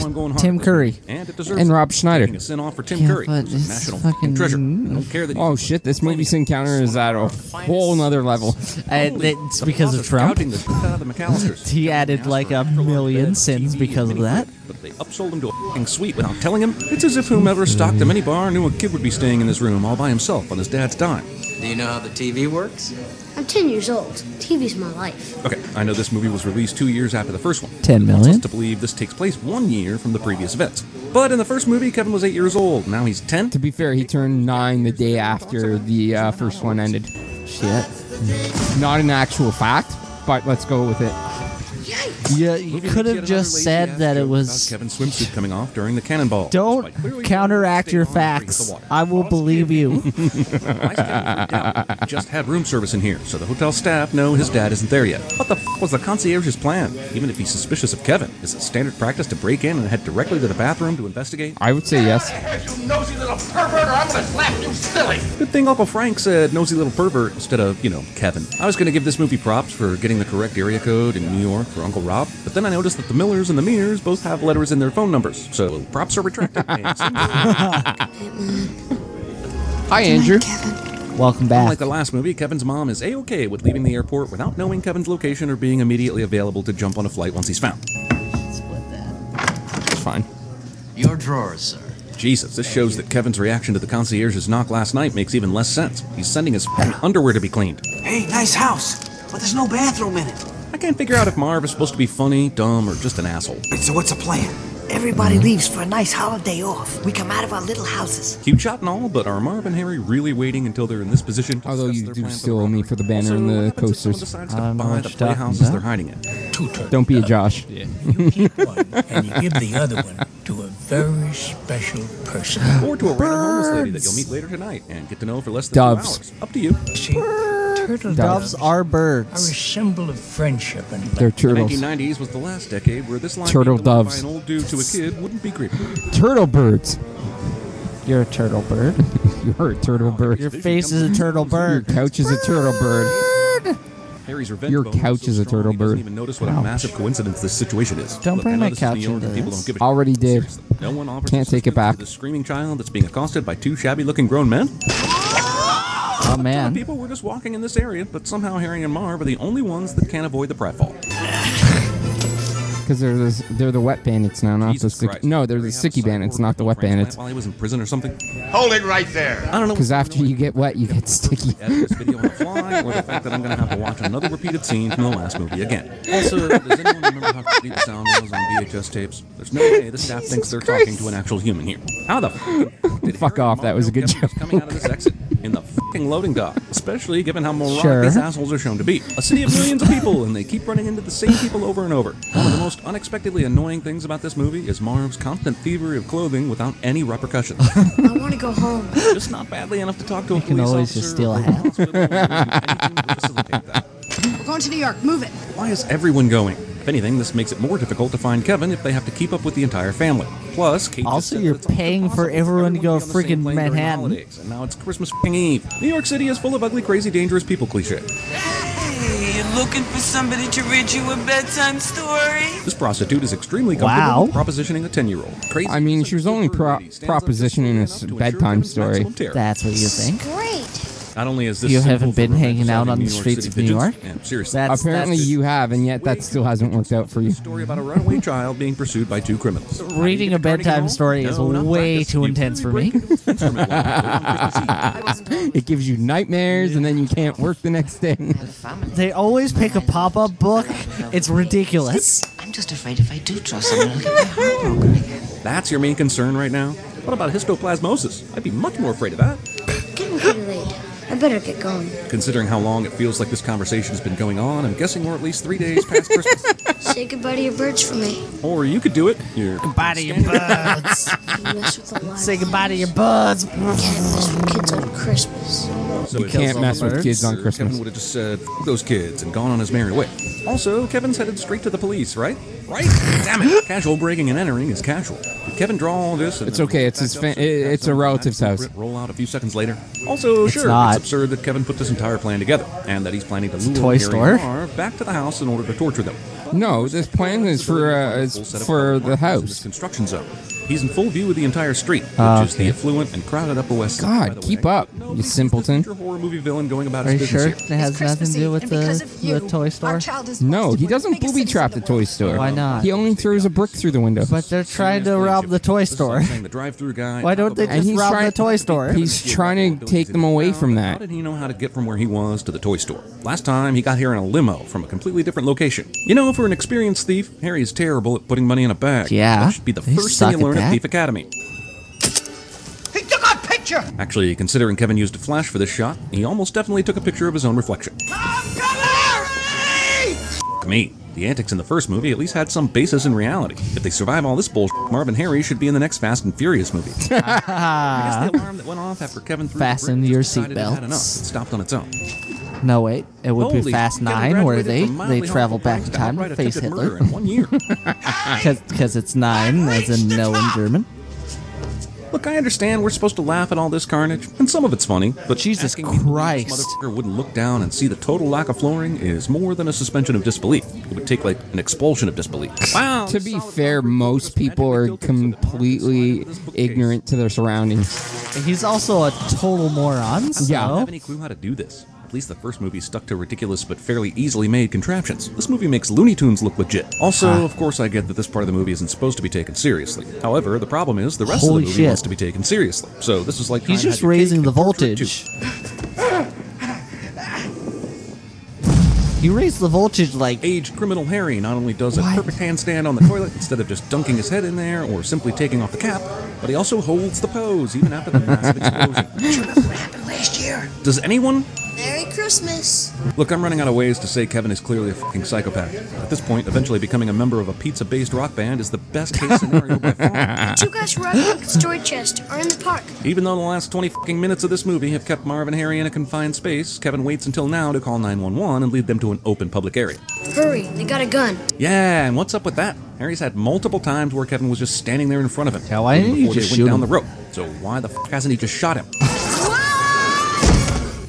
I'm going hard Tim for Curry and it deserves And it. Rob Taking Schneider. A sin off for Tim Yeah, Curry, but who's a it's national fucking- treasure. I don't care that Oh shit! This movie's encounter is at a whole nother [LAUGHS] level. And Uh, it's because of Trump. he out of the [LAUGHS] McAllisters. He added like a million sins because of that. But they upsold him to a f***ing suite without telling him. It's as if whomever stocked the mini bar knew a kid would be staying in this room all by himself on his dad's dime. Do you know how the TV works? I'm 10 years old. TV's my life. Okay, I know this movie was released two years after the first one. 10 It wants million. us to believe this takes place one year from the previous events. But in the first movie, Kevin was eight years old. Now he's ten. To be fair, he turned nine the day after the uh, first one ended. Shit. Not an actual fact, but let's go with it. Yeah, you could have just said that it was. Kevin's swimsuit coming off during the cannonball. Don't counteract your facts. I will believe you. We [LAUGHS] just had room service in here, so the hotel staff know his dad isn't there yet. What the f was the concierge's plan? Even if he's suspicious of Kevin, is it standard practice to break in and head directly to the bathroom to investigate? I would say yes. You nosy little pervert, or I'm gonna slap you silly. Good thing Uncle Frank said nosy little pervert instead of, you know, Kevin. I was going to give this movie props for getting the correct area code in New York for Uncle Rob, but then I noticed that the Millers and the Mears both have letters in their phone numbers, so props are retracted. [LAUGHS] [LAUGHS] Hi, Andrew. Welcome back. Like the last movie, Kevin's mom is a okay with leaving the airport without knowing Kevin's location or being immediately available to jump on a flight once he's found. It's fine. Your drawers, sir. Jesus, this shows that Kevin's reaction to the concierge's knock last night makes even less sense. He's sending his [CLEARS THROAT] f***ing underwear to be cleaned. Hey, nice house, but there's no bathroom in it. I can't figure out if Marv is supposed to be funny, dumb, or just an asshole. So what's the plan? Everybody Mm-hmm. leaves for a nice holiday off. We come out of our little houses. Cute shot and all, but are Marv and Harry really waiting until they're in this position? To Although you do still owe me for the banner and the coasters. I don't know buy what the you're talking playhouses they're about. hiding in. Don't be a Josh. and you give the other one to a very special person. [GASPS] or to a random homeless lady that you'll meet later tonight and get to know for less than Doves. two hours. Up to you. Turtle Doves are are a birds. symbol of friendship and They're turtles. The 1990s was the last decade where this line Turtle being delivered by doves. an old dude to a kid wouldn't be creepy. Turtle birds. You're a turtle bird. [LAUGHS] You're a turtle Oh, bird. Your face is a turtle bird. Your couch is a turtle bird. Harry's revenge Your bone was couch so is a strong turtle he doesn't bird. even notice what a Ouch. massive coincidence this situation is. Don't Look, I bring know my this is New couch York into and people don't this. give a shit. Already did. No one offers Can't take it assistance back. to the screaming child that's being accosted by two shabby-looking grown men. Oh man. People were just walking in this area, but somehow Harry and Marv are the only ones that can't avoid the pratfall. Because they're the, they're the wet bandits now, not Jesus the sticky. Christ. No, they're the sticky bandits, not the wet bandits. While he was in prison or something. Hold it right there. I don't know. Because after you get wet, you get sticky. edit this video on the fly, or the fact that I'm going to have to watch another repeated scene from the last movie again. Also, does [LAUGHS] anyone remember how complete the sound was on VHS tapes? There's no way the staff thinks they're talking to an actual human here. How the [LAUGHS] f- did Fuck off, that was a good joke. coming out of this exit in the fucking loading dock? Especially given how moronic Sure. these assholes are shown to be. A city of millions of people, and they keep running into the same people over and over. One of the most unexpectedly annoying things about this movie is Marv's constant thievery of clothing without any repercussions. [LAUGHS] I want to go home. [LAUGHS] Just not badly enough to talk to a You can police always officer just steal or a hat. anything to [LAUGHS] facilitate that. We're going to New York. Move it. Why is everyone going? If anything, this makes it more difficult to find Kevin if they have to keep up with the entire family. Plus, Kate just Also, said you're that it's almost paying for impossible everyone to go be on the same friggin' plane during the [LAUGHS] Manhattan. holidays, and now it's Christmas f***ing Eve. New York City is full of ugly, crazy, dangerous people cliche. Hey, you looking for somebody to read you a bedtime story? This prostitute is extremely comfortable propositioning a ten-year-old. Crazy. I mean, she was only pro- propositioning his bedtime story. That's what you think. Not only is this You simple haven't for been hanging out representing on the New York streets City of New York. pigeons- Man, seriously. Apparently, you have, and yet that still hasn't worked out for you. story about a runaway child being pursued by two criminals. Reading a bedtime story is way too intense for me. [LAUGHS] it gives you nightmares, and then you can't work the next day. They always pick a pop up book. It's ridiculous. I'm just afraid if I do trust someone, That's your main concern right now? What about histoplasmosis? I'd be much more afraid of that. Getting pretty late. I better get [LAUGHS] going. Considering how long it feels like this conversation has been going on, I'm guessing we're at least three [LAUGHS] days past Christmas. Say goodbye to your birds for me. Or you could do it. You're Goodbye to your buds. [LAUGHS] You mess with the live Say goodbye to your buds. Can't mess with kids on Christmas. you can't mess with kids on Christmas. Kevin would have just said "F those kids and gone on his merry way. Also, Kevin's headed straight to the police, right? Right? Damn it! Casual breaking and entering is casual. Did Kevin draw all this? And It's then okay. roll It's back his. up Fa- so it- we have it's some a relative's secret house. Roll out a few seconds later. Also, It's sure, not. it's absurd that Kevin put this entire plan together and that he's planning to lure toy Harry store. and Marv back to the house in order to torture them. No, this plan is for uh, Full is set of for the in this house. construction zone. He's in full view of the entire street, which Ah, is the okay. affluent and crowded Upper West Side. by the God, way. keep up, you simpleton. horror movie villain going about Are you his sure business it here. has nothing to do with the, [LAUGHS] the toy store? No, he doesn't booby trap the toy store. Why not? He only throws a brick through the window. But they're trying to rob the [LAUGHS] toy store. The drive-through guy. Why don't they And just he's rob trying- the toy store? He's trying to take them away from How that. did he know how to get from where he was to the toy store? Last time, he got here in a limo from a completely different location. You know, for an experienced thief, Harry is terrible at putting money in a bag. Yeah. That should be the They first thing you suck at learn at that. Thief Academy. He took our picture! Actually, considering Kevin used a flash for this shot, he almost definitely took a picture of his own reflection. F- me. The antics in the first movie at least had some basis in reality. If they survive all this bullshit, Marv and Harry should be in the next Fast and Furious movie. I guess the alarm that went off after Kevin threw Fasten your decided it had enough. It seatbelts. stopped on its [LAUGHS] own. No, wait. It would Holy be Fast Kevin 9 where graduated they, from they mildly travel harmful back in acts time outright to face attempted Hitler. murder in one [LAUGHS] year. Because it's 9, as in no in German. Look, I understand we're supposed to laugh at all this carnage, and some of it's funny, but Jesus Christ, motherfucker wouldn't look down and see the total lack of flooring is more than a suspension of disbelief. It would take like an expulsion of disbelief. [LAUGHS] Wow. To be fair, most people are completely ignorant to their surroundings. He's also a total moron, so... I don't have any clue how to do this. At least the first movie stuck to ridiculous but fairly easily made contraptions. This movie makes Looney Tunes look legit. Also, Ah. of course, I get that this part of the movie isn't supposed to be taken seriously. However, the problem is the rest of the Holy movie shit. wants to be taken seriously. So this is like He's trying to just have your raising cake the and torture it voltage. too. He raised the voltage like aged criminal Harry not only does a perfect handstand on the toilet instead of just dunking his head in there or simply taking off the cap, but he also holds the pose even after the massive [LAUGHS] explosion. Last year. Does anyone? Merry Christmas. Look, I'm running out of ways to say Kevin is clearly a fucking psychopath. At this point, eventually becoming a member of a pizza-based rock band is the best case scenario by far. Two guys were at the story chest or in the park. Even though the last 20 fucking minutes of this movie have kept Marv and Harry in a confined space, Kevin waits until now to call 911 and lead them to an open public area. Hurry, they got a gun. Yeah, and what's up with that? Harry's had multiple times where Kevin was just standing there in front of him. Hell, why didn't he before just they shoot went down the him? rope. So why the f- hasn't he just shot him?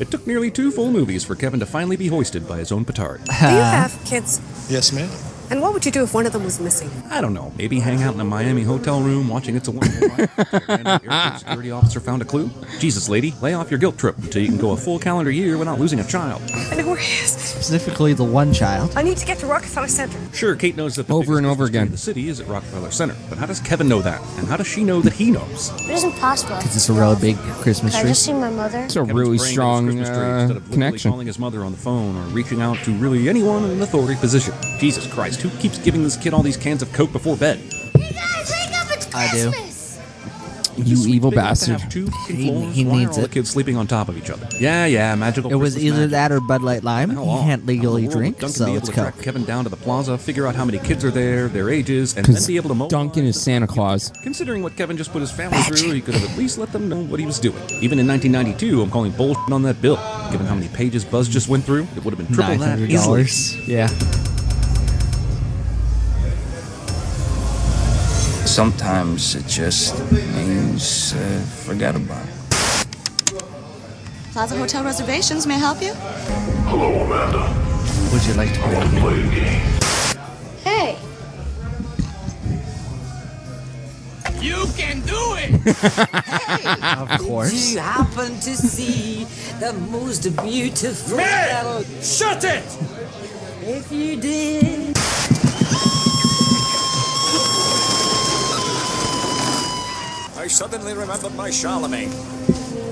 it took nearly two full movies for Kevin to finally be hoisted by his own petard. [LAUGHS] Do you have kids? yes, ma'am. And what would you do if one of them was missing? I don't know. Maybe hang out in a Miami hotel room watching It's a Wonderful Life. until a random [LAUGHS] airport security officer found a clue. Jesus, lady, lay off your guilt trip until you can go a full calendar year without losing a child. I know where he is. specifically the one child. I need to get to Rockefeller Center. Sure, Kate knows that the over and over again. The city is at Rockefeller Center, but how does Kevin know that? And how does she know that he knows? It isn't possible. Is this a really big Christmas Can I tree? just see my mother? It's a really strong Christmas tree uh, instead of literally connection. calling his mother on the phone or reaching out to really anyone in an authority position. Jesus Christ, who keeps giving this kid all these cans of Coke before bed? I do. You evil bastard. Two He- floors, he why are needs all the it. kids sleeping on top of each other. Yeah, yeah, magical. It was Christmas either magic. that or Bud Light Lime. How He long? can't legally How in the world drink, would Duncan be so able it's to track Coke. Kevin down to the plaza, figure out how many kids are there, their ages, and then Because be able to mobilize Duncan is Santa Claus. Considering what Kevin just put his family through, he could have at least let them know what he was doing. Even in 1992, I'm calling bullshit on that bill. Given how many pages Buzz just went through, it would have been triple that easily. $900. Yeah. Sometimes it just means uh, forget about it. Plaza Hotel reservations may I help you. Hello, Amanda. Would you like to play a game? Hey. You can do [LAUGHS] it! Of course. you happen to see the most beautiful Man! Shut it! If you did. I suddenly remembered my Charlemagne.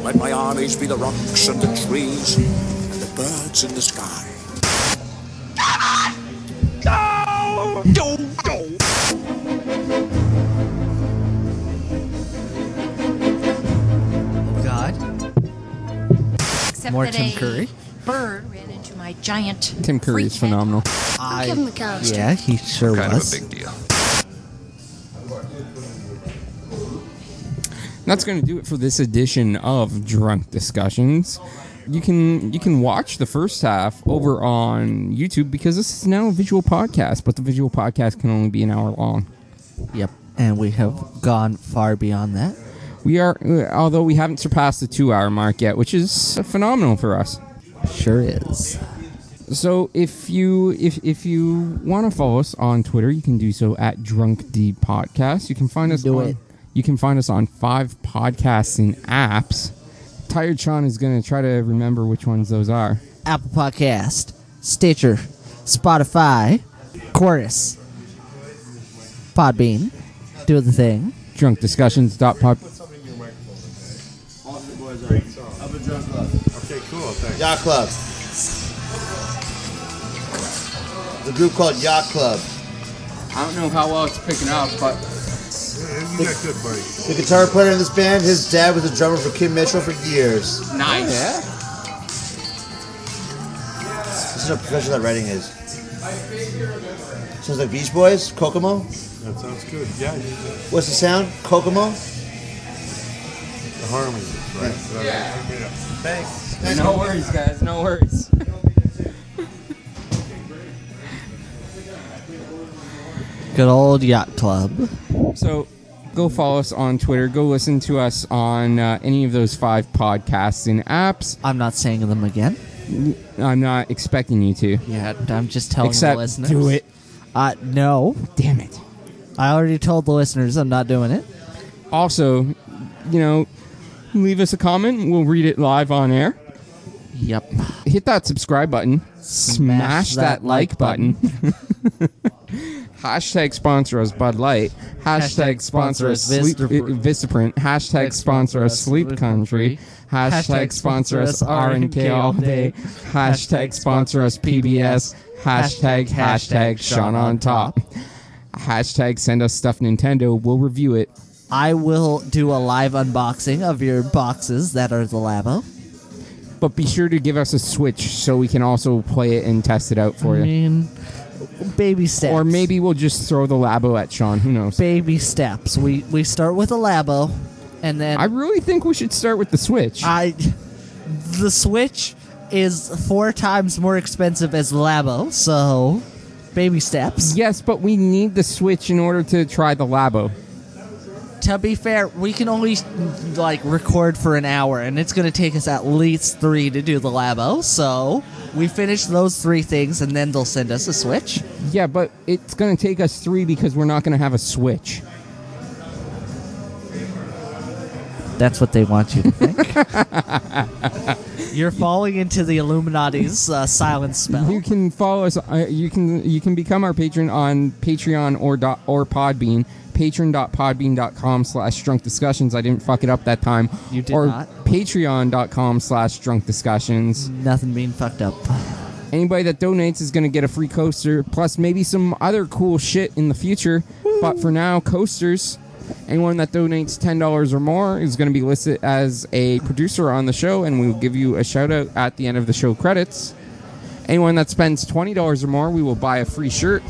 Let my armies be the rocks and the trees and the birds in the sky. No! No! No! God. Except More that Tim a Curry. bird ran into my giant. Tim Curry is phenomenal. I'll give him the couch. Yeah, he sure Kind of a was. big That's going to do it for this edition of Drunk Discussions. You can you can watch the first half over on YouTube because this is now a visual podcast, but the visual podcast can only be an hour long. Yep, and we have gone far beyond that. We are, uh, although we haven't surpassed the two-hour mark yet, which is phenomenal for us. Sure is. So if you if if you want to follow us on Twitter, you can do so at Drunk D Podcast. You can find us Do on it. you can find us on five podcasting apps. Tired Sean is going to try to remember which ones those are. Apple Podcast, Stitcher, Spotify, Chorus, Podbean, do the thing. Drunk discussions. Dot pop. Okay, cool. Thanks. Yacht Club. The group called Yacht Club. I don't know how well it's picking up, but The, the guitar player in this band, his dad was a drummer for Kim Mitchell for years. Oh, Nice. This is how professional that writing is. Sounds like Beach Boys, Kokomo. That sounds good. Yeah, you did. What's the sound? Kokomo. the harmony, right? Yeah. Thanks. No worries, guys. No worries. Good old Yacht Club. [LAUGHS] So go follow us on Twitter. Go listen to us on uh, any of those five podcasting apps. I'm not saying them again. I'm not expecting you to. Yeah, I'm just telling Except the listeners. do it. Uh, no. Damn it. I already told the listeners I'm not doing it. Also, you know, leave us a comment. We'll read it live on air. Yep. Hit that subscribe button. Smash, that, like button. [LAUGHS] Hashtag sponsor us Bud Light. Hashtag, sponsor us Sleep uh, Vistapr- Vistaprint. Hashtag sponsor us Sleep Country. Hashtag sponsor us R and K all day. Hashtag sponsor us PBS. Hashtag hashtag Sean on top. Hashtag send us stuff Nintendo. We'll review it. I will do a live unboxing of your boxes that are the Labo. But be sure to give us a Switch so we can also play it and test it out for you. I mean, baby steps. Or maybe we'll just throw the Labo at Sean. Who knows? baby steps. We we start with a Labo, and then I really think we should start with the Switch. I the Switch is four times more expensive as Labo, so baby steps. Yes, but we need the Switch in order to try the Labo. To be fair, we can only like record for an hour, and it's going to take us at least three to do the Labo. So we finish those three things, and then they'll send us a Switch. Yeah, but it's going to take us three because we're not going to have a Switch. That's what they want you [LAUGHS] to think. You're falling into the Illuminati's uh, silent spell. You can follow us. Uh, you can you can become our patron on Patreon or dot, or Podbean. Patron.podbean.com slash drunk discussions. I didn't fuck it up that time. You did or not. Patreon.com slash drunk discussions. Nothing being fucked up. Anybody that donates is going to get a free coaster, plus maybe some other cool shit in the future. But for now, coasters. Anyone that donates ten dollars or more is going to be listed as a producer on the show, and we will give you a shout out at the end of the show credits. Anyone that spends twenty dollars or more, we will buy a free shirt.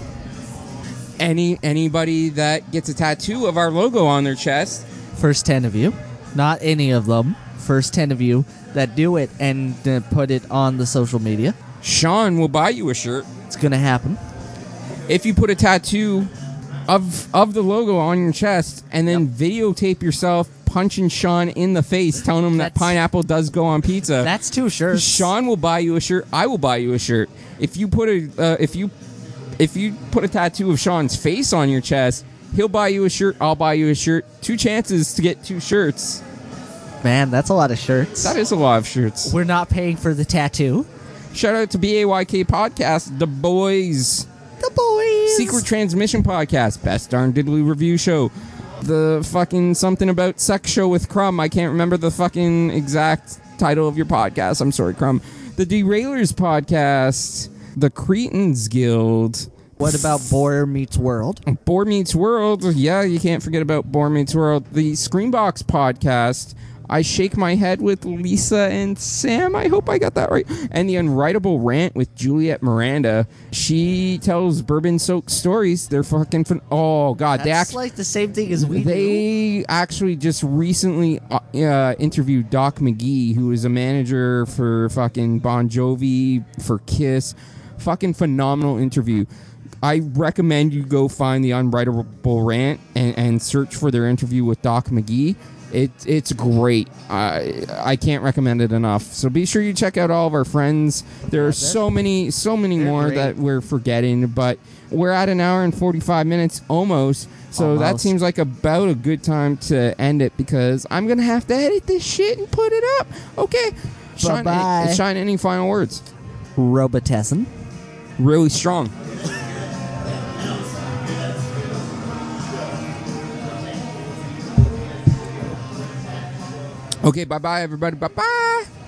Any anybody that gets a tattoo of our logo on their chest, First 10 of you, not any of them, first 10 of you that do it and uh, put it on the social media. Sean will buy you a shirt. It's going to happen. if you put a tattoo of of the logo on your chest and then videotape yourself punching Sean in the face, telling him that That's- pineapple does go on pizza. That's two shirts. Sean will buy you a shirt. I will buy you a shirt. If you put a uh, if you if you put a tattoo of Sean's face on your chest, he'll buy you a shirt. I'll buy you a shirt. Two chances to get two shirts. Man, that's a lot of shirts. That is a lot of shirts. We're not paying for the tattoo. Shout out to BAYK Podcast, the boys. The boys. Secret Transmission Podcast, Best Darn Diddly Review Show, the fucking something about sex show with Crumb. I can't remember the fucking exact title of your podcast. I'm sorry, Crumb. The Derailers Podcast, The Cretans Guild, What about Boar Meets World? Boar Meets World. Yeah, you can't forget about Boar Meets World. The Screenbox Podcast. I shake my head with Lisa and Sam. I hope I got that right. And the unwritable rant with Juliet Miranda. She tells bourbon soaked stories. They're fucking. Fin- oh god, they That's act- like the same thing as we do. they actually just recently uh, uh, interviewed Doc McGee, who is a manager for fucking Bon Jovi, for Kiss. Fucking phenomenal interview. I recommend you go find the unwritable rant and, and search for their interview with Doc McGee. It, it's great. I I can't recommend it enough. So be sure you check out all of our friends. There are so many so many more great. that we're forgetting, but we're at an hour and forty five minutes almost. So that Almost. seems like about a good time to end it because I'm gonna have to edit this shit and put it up. Okay. Shine, Bye-bye. shine any final words. Robitussin. Really strong. Okay, bye bye everybody. Bye bye.